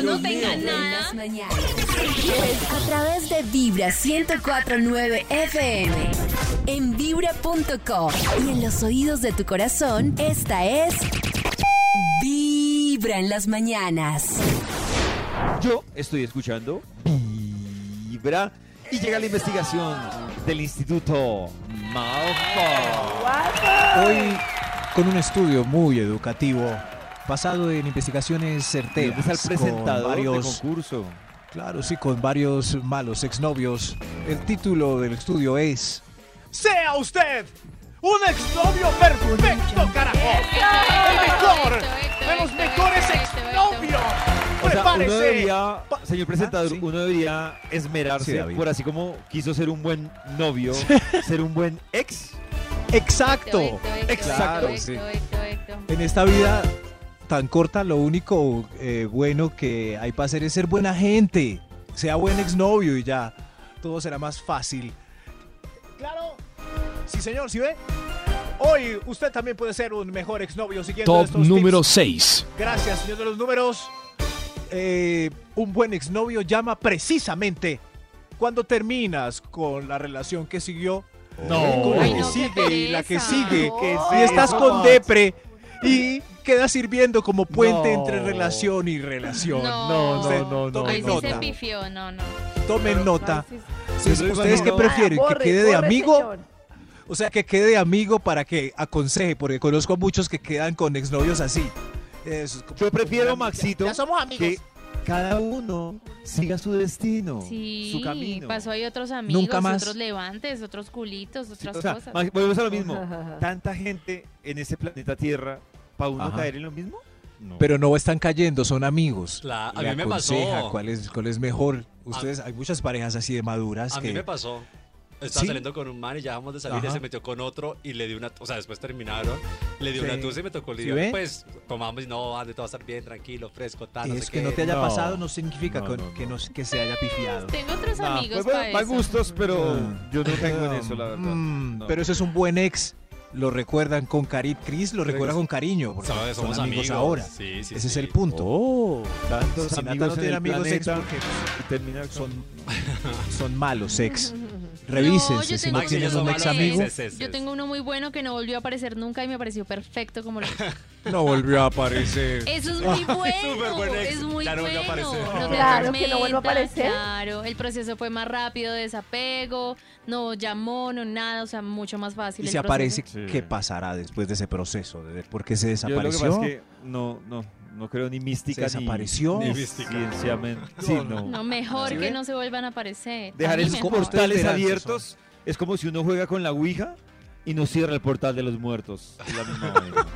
Speaker 9: no, tenga nada.
Speaker 1: Las Mañanas. A través de Vibra 104.9 FM. En vibra.com. Y en los oídos de tu corazón, esta es Vibra en las mañanas.
Speaker 2: Yo estoy escuchando Vibra y llega la investigación del Instituto Malfoy.
Speaker 4: Hoy con un estudio muy educativo, basado en investigaciones certeras.
Speaker 2: Es Pues
Speaker 4: con
Speaker 2: al presentador del
Speaker 4: varios,
Speaker 2: concurso.
Speaker 4: claro, sí, con varios malos exnovios. El título del estudio es
Speaker 7: Sea usted un exnovio perfecto, carajo. El mejor de los mejores exnovios.
Speaker 2: O sea, uno
Speaker 7: Prepárese.
Speaker 2: debería,
Speaker 7: Pa-
Speaker 2: señor presentador,
Speaker 4: sí.
Speaker 2: uno debería
Speaker 4: Sí,
Speaker 2: esmerarse
Speaker 4: David.
Speaker 2: por así como quiso ser un buen novio, ser un buen ex.
Speaker 4: Exacto. Exacto. sí. En esta vida tan corta, lo único eh, bueno que hay para hacer es ser buena gente. Sea buen exnovio y ya. Todo será más fácil.
Speaker 7: Claro. Sí, señor, ¿sí ve? Hoy usted también puede ser un mejor exnovio siguiendo
Speaker 8: Top
Speaker 7: estos
Speaker 8: número
Speaker 7: tips.
Speaker 8: 6.
Speaker 7: Gracias, señor de los números.
Speaker 4: Eh,
Speaker 7: Un buen exnovio llama precisamente cuando terminas con la relación que siguió.
Speaker 2: No.
Speaker 7: Con la
Speaker 9: Ay,
Speaker 7: que
Speaker 9: no, qué
Speaker 7: sigue y la que
Speaker 9: pereza.
Speaker 7: sigue.
Speaker 9: ¿Qué
Speaker 7: y
Speaker 2: es
Speaker 7: estás
Speaker 2: eso,
Speaker 7: con
Speaker 2: Max?
Speaker 7: depre y quedas sirviendo como puente
Speaker 2: No.
Speaker 7: entre relación y relación.
Speaker 9: No,
Speaker 7: Usted
Speaker 9: no,
Speaker 7: tome
Speaker 9: Ahí sí se
Speaker 7: nota.
Speaker 9: pifió, no, no.
Speaker 4: tomen nota. Sí,
Speaker 2: Pero
Speaker 4: ¿Ustedes
Speaker 2: cuando-
Speaker 4: qué prefieren?
Speaker 5: Ah,
Speaker 4: ¿Que
Speaker 5: borre,
Speaker 4: quede de
Speaker 5: borre,
Speaker 4: amigo?
Speaker 5: señor.
Speaker 4: O sea, que quede de amigo para que aconseje, porque conozco a muchos que quedan con exnovios así. Es como-
Speaker 2: Yo prefiero, Maxito,
Speaker 10: Ya somos amigos.
Speaker 2: que cada uno siga su destino,
Speaker 9: Sí,
Speaker 2: su camino.
Speaker 9: pasó ahí otros amigos,
Speaker 4: Nunca más.
Speaker 9: otros levantes, otros culitos,
Speaker 2: Sí,
Speaker 9: otras
Speaker 2: o sea,
Speaker 9: cosas.
Speaker 2: Max, volvemos a lo mismo. Tanta gente en este planeta Tierra, ¿para uno
Speaker 4: Ajá.
Speaker 2: caer en lo mismo? No.
Speaker 4: Pero no están cayendo, son amigos.
Speaker 6: Cla- a
Speaker 4: Le
Speaker 6: mí me
Speaker 4: aconseja
Speaker 6: pasó.
Speaker 4: Cuál es, cuál es mejor. Ustedes, hay muchas parejas así de maduras
Speaker 6: A
Speaker 4: que
Speaker 6: mí me pasó. Estaba
Speaker 4: ¿Sí?
Speaker 6: saliendo con un man y ya vamos de salir y
Speaker 4: Ajá.
Speaker 6: se metió con otro y le di una, o sea, después terminaron, le di una
Speaker 4: Sí.
Speaker 6: tusa y me tocó
Speaker 4: ¿Sí
Speaker 6: lidiar.
Speaker 4: ve?
Speaker 6: Pues tomamos y no, Ande, todo va a estar bien, tranquilo, fresco, tal,
Speaker 4: Sí,
Speaker 6: no
Speaker 4: es
Speaker 6: sé
Speaker 4: que no
Speaker 6: qué.
Speaker 4: te haya
Speaker 2: No.
Speaker 4: pasado no significa
Speaker 2: No,
Speaker 4: con-
Speaker 2: no,
Speaker 4: que no que se haya pifiado.
Speaker 9: Tengo otros
Speaker 2: Nah,
Speaker 9: amigos
Speaker 2: pues bueno,
Speaker 9: para
Speaker 2: mal
Speaker 9: eso.
Speaker 2: gustos, pero yo no tengo en eso, la verdad.
Speaker 4: Ah. Mm,
Speaker 2: No.
Speaker 4: Pero eso es un buen ex. Lo recuerdan con cariño. Chris lo recuerda con cariño. Porque
Speaker 6: Sabes,
Speaker 4: son
Speaker 6: somos
Speaker 4: amigos,
Speaker 6: amigos.
Speaker 4: ahora.
Speaker 6: Sí, sí,
Speaker 4: Ese es
Speaker 6: sí.
Speaker 4: el punto.
Speaker 2: Oh, tantos
Speaker 4: Si Nata
Speaker 2: amigos
Speaker 4: no
Speaker 2: en
Speaker 4: tiene
Speaker 2: el
Speaker 4: amigos ex
Speaker 2: planeta
Speaker 4: porque
Speaker 2: y terminar con-
Speaker 4: son, son malos ex.
Speaker 9: No, yo
Speaker 4: Revísense si
Speaker 9: tengo
Speaker 4: no
Speaker 9: uno
Speaker 6: Maxi,
Speaker 4: tienen
Speaker 6: yo
Speaker 4: un
Speaker 6: soy
Speaker 4: ex
Speaker 6: malo
Speaker 4: amigo.
Speaker 6: ex. ese,
Speaker 9: Yo
Speaker 6: ese.
Speaker 9: tengo uno muy bueno que no volvió a aparecer nunca y me pareció perfecto como lo.
Speaker 4: No volvió a aparecer.
Speaker 9: Eso es muy
Speaker 6: Súper
Speaker 9: bueno.
Speaker 6: buen ex.
Speaker 9: es muy
Speaker 6: Ya no volvió
Speaker 9: bueno.
Speaker 6: a aparecer.
Speaker 9: No te
Speaker 5: Claro, que no vuelva a
Speaker 9: atormenta,
Speaker 5: aparecer.
Speaker 9: Claro, el proceso fue más rápido, de desapego, no llamó, no nada, o sea, mucho más fácil.
Speaker 4: Y
Speaker 9: el
Speaker 4: si
Speaker 9: proceso.
Speaker 4: aparece,
Speaker 2: Sí.
Speaker 4: ¿qué pasará después de ese proceso? De ver ¿Por qué se
Speaker 2: Yo lo que pasa es
Speaker 4: desapareció?
Speaker 2: que no, no, no creo ni mística
Speaker 4: Se
Speaker 2: ni-
Speaker 4: desapareció.
Speaker 2: ni,
Speaker 6: Ni mística.
Speaker 2: cienciamen- Sí, no.
Speaker 9: No, mejor
Speaker 2: ¿Sí
Speaker 9: que
Speaker 2: ve?
Speaker 9: no se vuelvan a aparecer.
Speaker 2: Dejar
Speaker 9: A mí
Speaker 2: esos
Speaker 9: mejor.
Speaker 2: portales
Speaker 4: Ustedes verán,
Speaker 2: abiertos es como si uno juega con la Ouija y no cierra el portal de los muertos. de la misma manera.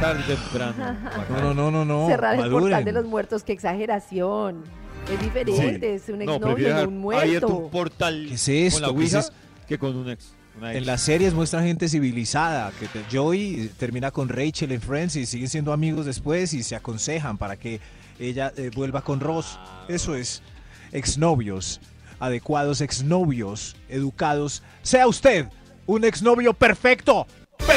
Speaker 2: Tarde o temprano. va a
Speaker 4: No,
Speaker 2: caer.
Speaker 4: no, no, no, no.
Speaker 5: Cerrar el portal
Speaker 4: maduren.
Speaker 5: de los muertos, qué exageración. Es diferente,
Speaker 2: Sí.
Speaker 5: es un
Speaker 2: No,
Speaker 5: exnovio,
Speaker 2: prefiero
Speaker 5: no,
Speaker 2: haber
Speaker 5: un
Speaker 2: abierto
Speaker 5: muerto.
Speaker 2: un portal
Speaker 4: ¿Qué es
Speaker 2: con la
Speaker 4: esto? ¿Qué es
Speaker 2: Ouija
Speaker 4: esto?
Speaker 2: que con un ex. una ex.
Speaker 4: En las series muestran gente civilizada, que te- Joey termina con Rachel en Friends y siguen siendo amigos después y se aconsejan para que ella eh, vuelva con Ross. Eso es, exnovios, adecuados exnovios, educados. Sea usted un exnovio perfecto.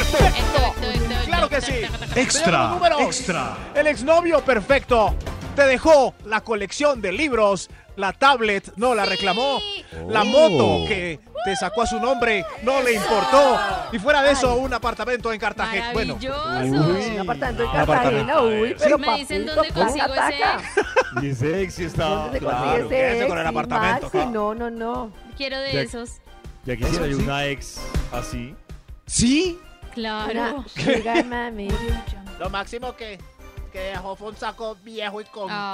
Speaker 9: Exacto, exacto,
Speaker 7: Claro que sí.
Speaker 9: exacto, exacto.
Speaker 7: Extra, extra. El exnovio perfecto te dejó la colección de libros, la tablet no la reclamó, la moto que te sacó a su nombre no le importó y fuera de eso un apartamento en Cartagena. Bueno,
Speaker 9: Maravilloso.
Speaker 5: Un apartamento en
Speaker 6: No,
Speaker 5: Cartagena,
Speaker 6: apartamento,
Speaker 5: uy,
Speaker 6: a
Speaker 5: pero
Speaker 9: Pues me dicen
Speaker 5: papito,
Speaker 9: dónde
Speaker 5: ¿cómo
Speaker 9: consigo
Speaker 5: se
Speaker 9: ese
Speaker 5: ataca?
Speaker 2: Y es sexy está.
Speaker 5: ¿Dónde se
Speaker 2: claro.
Speaker 5: consigue ese ex? Sí, Maxi, no, no, no.
Speaker 9: Quiero de
Speaker 2: Ya-
Speaker 9: esos.
Speaker 2: Ya
Speaker 4: Eso
Speaker 2: quisiera yo
Speaker 4: sí.
Speaker 2: una ex así.
Speaker 4: Sí,
Speaker 9: Claro.
Speaker 5: Una sugar mami.
Speaker 10: Lo máximo que, que dejó fue un saco viejo y con.
Speaker 9: Ah.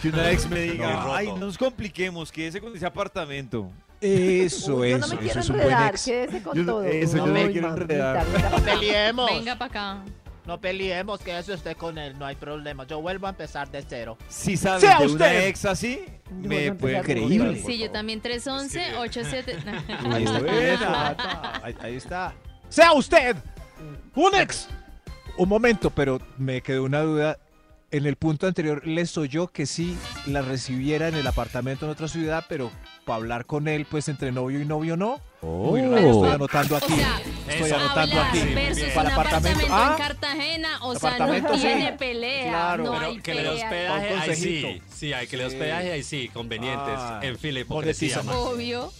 Speaker 2: Que una ex me diga,
Speaker 6: roto.
Speaker 2: ay, no nos compliquemos, quédese con ese apartamento.
Speaker 4: eso
Speaker 5: Uy, yo no
Speaker 4: eso,
Speaker 5: me
Speaker 4: eso
Speaker 5: quiero
Speaker 4: es un buen
Speaker 5: enredar,
Speaker 4: ex.
Speaker 5: quédese con
Speaker 2: Yo no-
Speaker 5: todo.
Speaker 2: eso,
Speaker 10: yo no me
Speaker 5: Uy,
Speaker 2: quiero
Speaker 5: mamita,
Speaker 2: enredar.
Speaker 5: venga pa'
Speaker 10: No
Speaker 5: acá.
Speaker 10: peleemos.
Speaker 9: Venga para acá.
Speaker 10: No peleemos, que eso esté con él, no hay problema. Yo vuelvo a empezar de cero.
Speaker 2: Si sabe
Speaker 7: Sea
Speaker 2: de una
Speaker 7: usted.
Speaker 2: ex así,
Speaker 5: Yo
Speaker 2: me
Speaker 5: no
Speaker 2: puede
Speaker 5: empezar con
Speaker 2: contar,
Speaker 4: Increíble.
Speaker 2: por
Speaker 9: Sí, yo
Speaker 2: favor.
Speaker 9: también. 311, 87.
Speaker 2: Ahí está.
Speaker 4: Ahí- ahí está.
Speaker 7: sea usted un ex.
Speaker 4: Un momento, pero me quedó una duda. en el punto anterior les oyó que sí la recibiera en el apartamento en otra ciudad, pero para hablar con él, pues entre novio y novio no. Uy,
Speaker 8: Oh.
Speaker 4: raro, estoy anotando
Speaker 9: O
Speaker 4: aquí.
Speaker 9: sea,
Speaker 4: estoy
Speaker 9: hablar
Speaker 4: anotando aquí.
Speaker 9: versus un
Speaker 4: Para apartamento.
Speaker 9: apartamento
Speaker 4: Ah,
Speaker 9: en Cartagena, o sea, no
Speaker 4: apartamento, sí.
Speaker 9: tiene pelea,
Speaker 4: Claro.
Speaker 9: no
Speaker 4: Pero
Speaker 9: hay
Speaker 6: que le dé
Speaker 9: pelea.
Speaker 6: hospedaje,
Speaker 4: Con
Speaker 6: ahí sí.
Speaker 4: consejito.
Speaker 6: Sí, hay que le dé
Speaker 4: Sí.
Speaker 6: hospedaje, ahí sí. Convenientes.
Speaker 4: Ah,
Speaker 6: en fin, la hipocresía.
Speaker 4: monetiza
Speaker 6: Max.
Speaker 9: Obvio.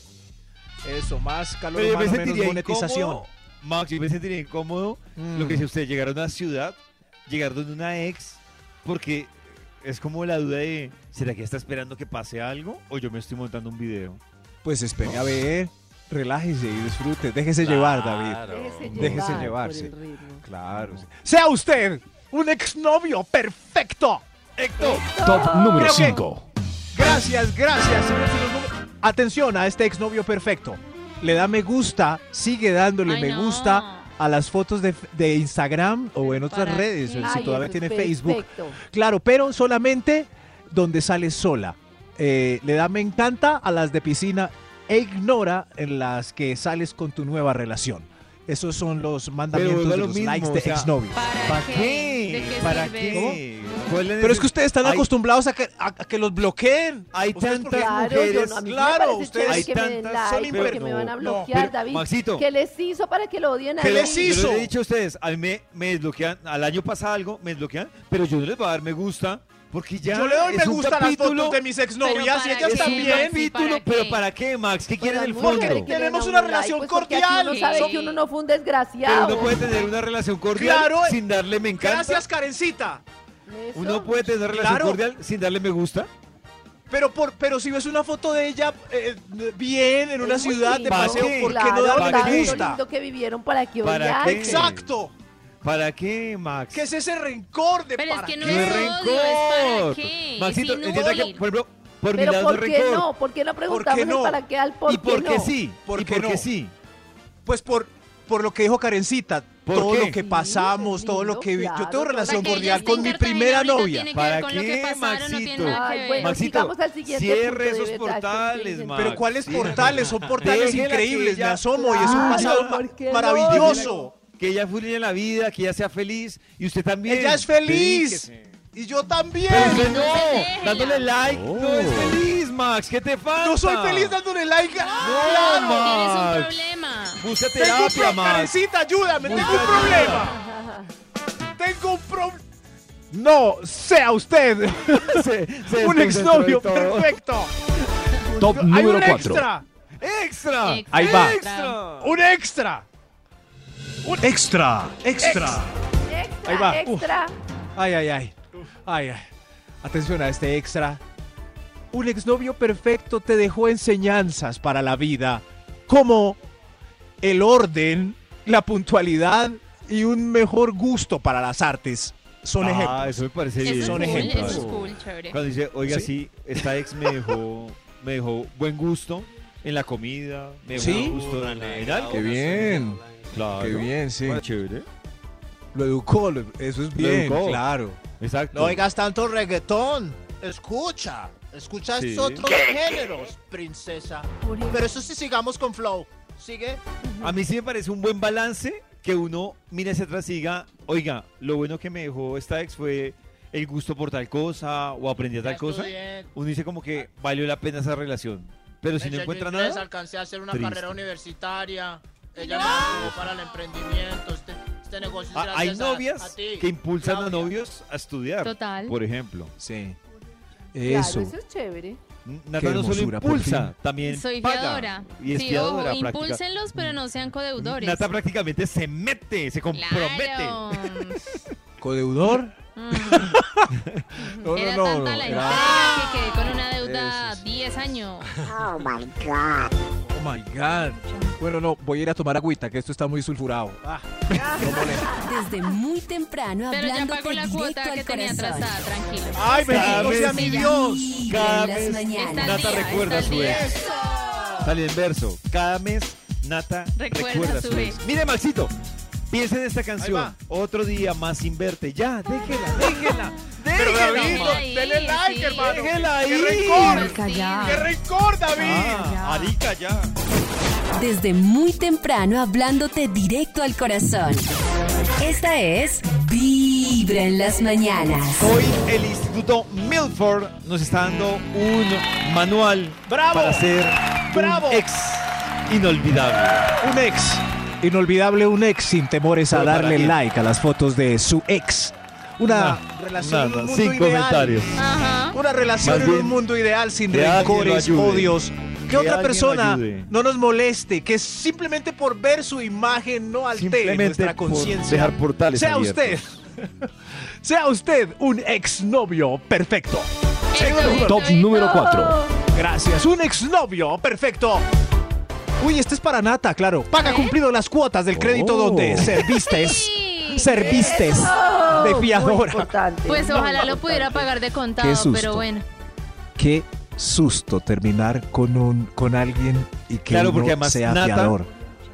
Speaker 4: eso, más calor
Speaker 2: Pero yo me
Speaker 4: humano, menos
Speaker 2: sentiría
Speaker 4: monetización.
Speaker 2: incómodo, Max, yo me sentiría incómodo lo
Speaker 4: Mm.
Speaker 2: que dice usted, llegar a una ciudad, llegar donde una ex, porque es como la duda de, ¿será que está esperando que pase algo o yo me estoy montando un video?
Speaker 4: Pues espere a ver, relájese y disfrute. Déjese llevar, David. Déjese
Speaker 5: por
Speaker 4: llevarse.
Speaker 5: el ritmo.
Speaker 4: Claro.
Speaker 7: Sea usted un exnovio perfecto. Héctor.
Speaker 8: Top número
Speaker 7: Creo que-
Speaker 8: 5.
Speaker 7: Gracias, gracias. señor Zulú.
Speaker 4: Atención a este exnovio perfecto. Le da me gusta, sigue dándole
Speaker 9: Ay,
Speaker 4: me
Speaker 9: no.
Speaker 4: gusta a las fotos de, de Instagram o en otras
Speaker 9: ¿Para
Speaker 4: redes,
Speaker 9: qué?
Speaker 4: o
Speaker 9: Ay,
Speaker 4: si todavía
Speaker 5: eso
Speaker 4: tiene
Speaker 5: es
Speaker 4: Facebook.
Speaker 5: perfecto.
Speaker 4: Claro, pero solamente donde sale sola. Eh, le da me encanta a las de piscina e ignora en las que sales con tu nueva relación. Esos son los mandamientos
Speaker 2: vuelvo a
Speaker 4: de
Speaker 2: lo
Speaker 4: los
Speaker 2: mismo,
Speaker 4: likes
Speaker 2: o
Speaker 4: de
Speaker 2: sea,
Speaker 4: exnovio.
Speaker 9: ¿Para,
Speaker 2: ¿Para
Speaker 9: qué? ¿De
Speaker 2: qué?
Speaker 9: qué
Speaker 2: ¿Para
Speaker 9: sirve?
Speaker 2: qué? ¿Cuál
Speaker 4: Pero es que ustedes están
Speaker 2: Hay-
Speaker 4: acostumbrados a que, a- a que los bloqueen.
Speaker 2: Hay
Speaker 4: ¿Ustedes por qué?
Speaker 2: tantas
Speaker 5: Claro,
Speaker 2: mujeres-
Speaker 5: yo no- a mí me
Speaker 4: claro,
Speaker 5: parece
Speaker 4: ustedes-
Speaker 5: chévere
Speaker 2: hay
Speaker 5: que me den
Speaker 2: tantas-
Speaker 5: like,
Speaker 2: son
Speaker 5: porque
Speaker 2: imper-
Speaker 5: me van a
Speaker 2: no,
Speaker 5: bloquear,
Speaker 2: pero,
Speaker 5: David.
Speaker 2: Maxito.
Speaker 5: ¿Qué les hizo para que lo odien a
Speaker 4: ¿Qué
Speaker 5: él?
Speaker 4: les
Speaker 2: Yo
Speaker 4: hizo?
Speaker 2: les he dicho a ustedes, a mí me, me desbloquean, al año pasa algo, me desbloquean, pero yo no les voy a dar me gusta, porque ya
Speaker 7: Yo le doy
Speaker 2: es
Speaker 7: me
Speaker 2: un
Speaker 7: gusta a las
Speaker 2: capítulo,
Speaker 7: fotos de mis
Speaker 9: Pero
Speaker 7: exnovias y
Speaker 9: para
Speaker 7: ellas
Speaker 9: qué,
Speaker 2: es un
Speaker 7: también.
Speaker 9: Maxi,
Speaker 2: capítulo,
Speaker 9: ¿para
Speaker 2: pero
Speaker 9: qué?
Speaker 2: ¿para qué, Max? ¿Qué quieren en el
Speaker 5: Pues, amor,
Speaker 2: fondo?
Speaker 5: que le
Speaker 7: Porque
Speaker 5: den
Speaker 7: tenemos
Speaker 5: a
Speaker 7: una
Speaker 5: uno
Speaker 7: relación
Speaker 5: pues, porque aquí
Speaker 7: cordial.
Speaker 5: Uno sabe
Speaker 9: Sí.
Speaker 5: que uno no fue un
Speaker 2: Pero
Speaker 5: desgraciado.
Speaker 2: uno puede tener una relación cordial
Speaker 7: Claro, eh.
Speaker 2: sin darle me encanta.
Speaker 7: Gracias, Karencita.
Speaker 5: Eso.
Speaker 2: Uno puede tener una relación
Speaker 7: Claro.
Speaker 2: cordial sin darle me gusta.
Speaker 7: Pero, por, pero si ves una foto de ella eh, bien en una
Speaker 5: Es muy
Speaker 7: ciudad de
Speaker 5: lindo.
Speaker 2: ¿Para
Speaker 7: paseo,
Speaker 2: qué?
Speaker 7: ¿por qué
Speaker 5: Claro,
Speaker 7: no darle
Speaker 2: ¿para
Speaker 7: me
Speaker 5: tanto
Speaker 2: qué?
Speaker 7: gusta?
Speaker 5: lindo que vivieron para que
Speaker 2: ¿Para
Speaker 5: odiaran.
Speaker 2: qué?
Speaker 7: Exacto.
Speaker 2: ¿Para qué, Max?
Speaker 7: ¿Qué es ese rencor de
Speaker 9: Pero es
Speaker 7: para
Speaker 9: que no
Speaker 7: qué?
Speaker 2: No
Speaker 9: es
Speaker 2: es
Speaker 9: odio, es para
Speaker 2: rencor.
Speaker 9: qué.
Speaker 2: Maxito,
Speaker 9: es
Speaker 2: entienda que,
Speaker 9: inútil.
Speaker 2: por ejemplo, por mi
Speaker 5: Pero
Speaker 2: lado
Speaker 5: ¿por
Speaker 2: no es
Speaker 5: qué
Speaker 2: rencor.
Speaker 5: no? ¿Por qué no preguntamos el
Speaker 7: no?
Speaker 5: para qué al por
Speaker 2: ¿Y por qué
Speaker 5: no?
Speaker 2: sí?
Speaker 7: ¿Por
Speaker 2: ¿Y
Speaker 7: qué
Speaker 2: por qué
Speaker 7: no?
Speaker 2: sí?
Speaker 7: Pues por, por lo que dijo Karencita,
Speaker 2: ¿Por
Speaker 7: todo
Speaker 2: qué?
Speaker 7: lo que
Speaker 5: Sí,
Speaker 7: pasamos,
Speaker 5: es
Speaker 7: todo lo
Speaker 5: lindo,
Speaker 7: que vi- Yo
Speaker 5: claro,
Speaker 7: tengo
Speaker 5: claro.
Speaker 7: relación
Speaker 9: Para que ella
Speaker 7: cordial
Speaker 9: esté
Speaker 7: con mi
Speaker 9: en
Speaker 7: primera
Speaker 9: Cartagena ahorita
Speaker 7: novia.
Speaker 9: tiene que
Speaker 2: ¿Para
Speaker 9: ver con lo que
Speaker 2: qué,
Speaker 9: pasaron, no tiene
Speaker 2: Maxito?
Speaker 9: nada que
Speaker 5: Ay,
Speaker 9: ver.
Speaker 5: bueno,
Speaker 2: Maxito,
Speaker 5: sigamos al siguiente
Speaker 2: cierre
Speaker 5: punto de
Speaker 2: esos
Speaker 5: verdad,
Speaker 2: portales,
Speaker 5: estoy
Speaker 2: Max.
Speaker 7: Pero
Speaker 5: inteligente.
Speaker 7: ¿cuáles
Speaker 2: Sí.
Speaker 7: portales? Son portales
Speaker 2: Déjela que
Speaker 7: increíbles, me
Speaker 2: ella-
Speaker 7: asomo y es un
Speaker 5: Claro,
Speaker 7: pasado ma-
Speaker 5: ¿por qué Ah, no?
Speaker 7: maravilloso.
Speaker 2: Que ella fluya en la vida, que ella sea feliz y usted también.
Speaker 7: Ella es feliz
Speaker 2: Dedíquese.
Speaker 7: y yo también.
Speaker 2: Pero usted
Speaker 9: Déjela.
Speaker 2: no, dándole like, no es feliz, Max. ¿Qué te falta?
Speaker 7: No soy feliz dándole like.
Speaker 2: No,
Speaker 7: ¡Claro!
Speaker 9: Tienes un
Speaker 2: Max.
Speaker 9: problema.
Speaker 2: Busca
Speaker 7: Tengo un
Speaker 2: terapia,
Speaker 7: problema,
Speaker 2: Max.
Speaker 7: Karencita, ayúdame. Tengo
Speaker 2: Busca
Speaker 7: un problema. Tengo un problema. No, sea usted
Speaker 2: Se- se
Speaker 7: un
Speaker 2: desconcentró y
Speaker 7: exnovio
Speaker 2: todo.
Speaker 7: perfecto.
Speaker 8: Top
Speaker 7: Hay
Speaker 8: número
Speaker 7: un
Speaker 8: 4.
Speaker 7: extra.
Speaker 2: Extra.
Speaker 9: Extra. Ahí va.
Speaker 2: Extra.
Speaker 7: Un extra.
Speaker 8: Extra, extra.
Speaker 5: Extra,
Speaker 4: Ahí va.
Speaker 5: extra.
Speaker 4: Ay, ay, ay. Ay, ay. Atención a este extra. Un exnovio perfecto te dejó enseñanzas para la vida, como el orden, la puntualidad y un mejor gusto para las artes. Son
Speaker 2: Ah,
Speaker 4: ejemplos.
Speaker 2: eso me parece
Speaker 9: Eso
Speaker 2: bien.
Speaker 9: es
Speaker 4: son
Speaker 9: cool,
Speaker 4: ejemplos.
Speaker 9: Eso es cool, chévere.
Speaker 2: Cuando dice, oiga,
Speaker 4: ¿Sí?
Speaker 2: sí, esta ex me dejó, me dejó buen gusto en la comida, me dejó
Speaker 4: ¿Sí?
Speaker 2: buen gusto en la- en algo.
Speaker 4: Qué bien.
Speaker 2: Claro.
Speaker 4: bien, sí.
Speaker 2: Bueno, chévere.
Speaker 4: Lo educó, lo- eso es bien,
Speaker 2: educó.
Speaker 4: claro.
Speaker 2: Exacto.
Speaker 10: No oigas tanto reggaetón. Escucha. Escucha
Speaker 2: Sí.
Speaker 10: estos otros géneros, princesa. Pero eso sí, sigamos con Flow. ¿Sigue?
Speaker 2: A mí sí me parece un buen balance que uno mire hacia atrás y diga, oiga, lo bueno que me dejó esta ex fue el gusto por tal cosa o aprendí a tal
Speaker 10: Estudié,
Speaker 2: cosa. Uno dice como que valió la pena esa relación. Pero Pues si
Speaker 10: me
Speaker 2: no
Speaker 10: eché
Speaker 2: encuentra
Speaker 10: inglés,
Speaker 2: nada,
Speaker 10: Alcancé a hacer una
Speaker 2: triste.
Speaker 10: carrera universitaria. Ella me ayudó para el emprendimiento. Este, este negocio es
Speaker 2: ah,
Speaker 10: gracias
Speaker 2: hay
Speaker 10: a- a
Speaker 2: novias
Speaker 10: ti,
Speaker 2: que impulsan a
Speaker 10: Claudia.
Speaker 2: novios a estudiar,
Speaker 9: Total.
Speaker 2: por ejemplo.
Speaker 4: Sí.
Speaker 5: Claro,
Speaker 4: Eso.
Speaker 5: eso es chévere.
Speaker 2: Nata no solo
Speaker 4: hermosura, por
Speaker 2: impulsa,
Speaker 4: fin.
Speaker 2: también
Speaker 9: Soy
Speaker 2: paga.
Speaker 9: fiadora.
Speaker 2: Y es
Speaker 9: sí, ojo,
Speaker 2: fiadora práctica-
Speaker 9: impúlsenlos, pero no sean codeudores.
Speaker 2: Nata prácticamente se mete, se compromete.
Speaker 9: Claro.
Speaker 4: Codeudor.
Speaker 9: Mm.
Speaker 4: No,
Speaker 9: Era
Speaker 4: no, no,
Speaker 9: tanta
Speaker 4: no,
Speaker 9: la
Speaker 4: era-
Speaker 9: entrega que quedé con una deuda
Speaker 4: Eso es.
Speaker 9: 10 años.
Speaker 4: Oh my God. Bueno, no, voy a ir a tomar agüita, que esto está muy sulfurado. Ah, no molesta.
Speaker 1: Desde muy temprano
Speaker 9: Pero ya
Speaker 1: hablándote
Speaker 9: pagó la
Speaker 1: directo
Speaker 9: cuota que
Speaker 1: al
Speaker 9: tenía
Speaker 1: corazón.
Speaker 9: atrasada, tranquilo.
Speaker 7: Ay, bendito
Speaker 2: Sabes,
Speaker 7: sea mi
Speaker 2: ella-
Speaker 7: Dios.
Speaker 1: Vibra
Speaker 2: Cada
Speaker 1: en las
Speaker 2: vez
Speaker 1: mañanas.
Speaker 9: Está al
Speaker 2: Nata
Speaker 9: día,
Speaker 2: recuerda a
Speaker 9: está al
Speaker 2: su
Speaker 9: día.
Speaker 2: ex. Sale en verso. Cada mes Nata
Speaker 9: Recuerda
Speaker 2: recuerda,
Speaker 9: a
Speaker 2: a
Speaker 9: su
Speaker 2: su ex.
Speaker 9: ex.
Speaker 2: Mire, Maxito, piensa en esta
Speaker 7: va.
Speaker 2: canción. Otro día más sin verte. Ya, déjela, déjela.
Speaker 7: Pero
Speaker 2: déjela,
Speaker 7: David,
Speaker 2: Max.
Speaker 9: ahí,
Speaker 7: denle like,
Speaker 9: sí.
Speaker 7: hermano.
Speaker 2: Déjela
Speaker 7: ¡Qué
Speaker 2: ahí.
Speaker 7: rencor!
Speaker 1: Marica, ya.
Speaker 7: ¡Qué rencor, David!
Speaker 2: Ah, Arica, ya.
Speaker 1: Desde muy temprano hablándote directo al corazón. Esta es Vibra. Vibra en las mañanas.
Speaker 2: Hoy el Instituto Milford nos está dando un manual
Speaker 7: ¡Bravo!
Speaker 2: para ser
Speaker 7: ¡Bravo!
Speaker 2: un ex inolvidable.
Speaker 4: Un ex. Inolvidable un ex sin temores a
Speaker 2: Pero para
Speaker 4: darle
Speaker 2: bien.
Speaker 4: like a las fotos de su ex. Una
Speaker 7: Relación en un mundo
Speaker 2: sin
Speaker 7: ideal.
Speaker 2: comentarios.
Speaker 9: Ajá.
Speaker 7: Una relación
Speaker 2: Más
Speaker 7: en un
Speaker 2: bien,
Speaker 7: mundo ideal sin
Speaker 2: que alguien lo
Speaker 7: rencores,
Speaker 2: ayude.
Speaker 7: odios. Que,
Speaker 2: Que alguien
Speaker 7: otra
Speaker 2: lo
Speaker 7: persona
Speaker 2: ayude.
Speaker 7: no nos moleste, que simplemente por ver su imagen no altere
Speaker 2: Simplemente
Speaker 7: nuestra
Speaker 2: por
Speaker 7: conciencia.
Speaker 2: dejar portales
Speaker 7: Sea
Speaker 2: abiertos.
Speaker 7: usted, sea usted un exnovio perfecto.
Speaker 9: Eso,
Speaker 4: Top
Speaker 9: eso,
Speaker 4: número
Speaker 9: eso.
Speaker 4: 4.
Speaker 7: Gracias, un exnovio perfecto. Uy, este es para Nata, claro. Paga
Speaker 9: ¿Eh?
Speaker 7: cumplido las cuotas del crédito
Speaker 4: Oh.
Speaker 7: donde
Speaker 4: Pues,
Speaker 7: serviste,
Speaker 9: Sí.
Speaker 7: serviste de
Speaker 5: Oh, Muy
Speaker 7: fiadora.
Speaker 5: importante.
Speaker 9: Pues
Speaker 5: muy
Speaker 9: ojalá lo
Speaker 5: importante.
Speaker 9: pudiera pagar de
Speaker 4: Qué
Speaker 9: contado,
Speaker 4: susto.
Speaker 9: pero bueno.
Speaker 4: Qué susto terminar con un con alguien y que
Speaker 2: Claro,
Speaker 4: uno
Speaker 2: porque además
Speaker 4: sea
Speaker 2: Nata-
Speaker 4: fiador.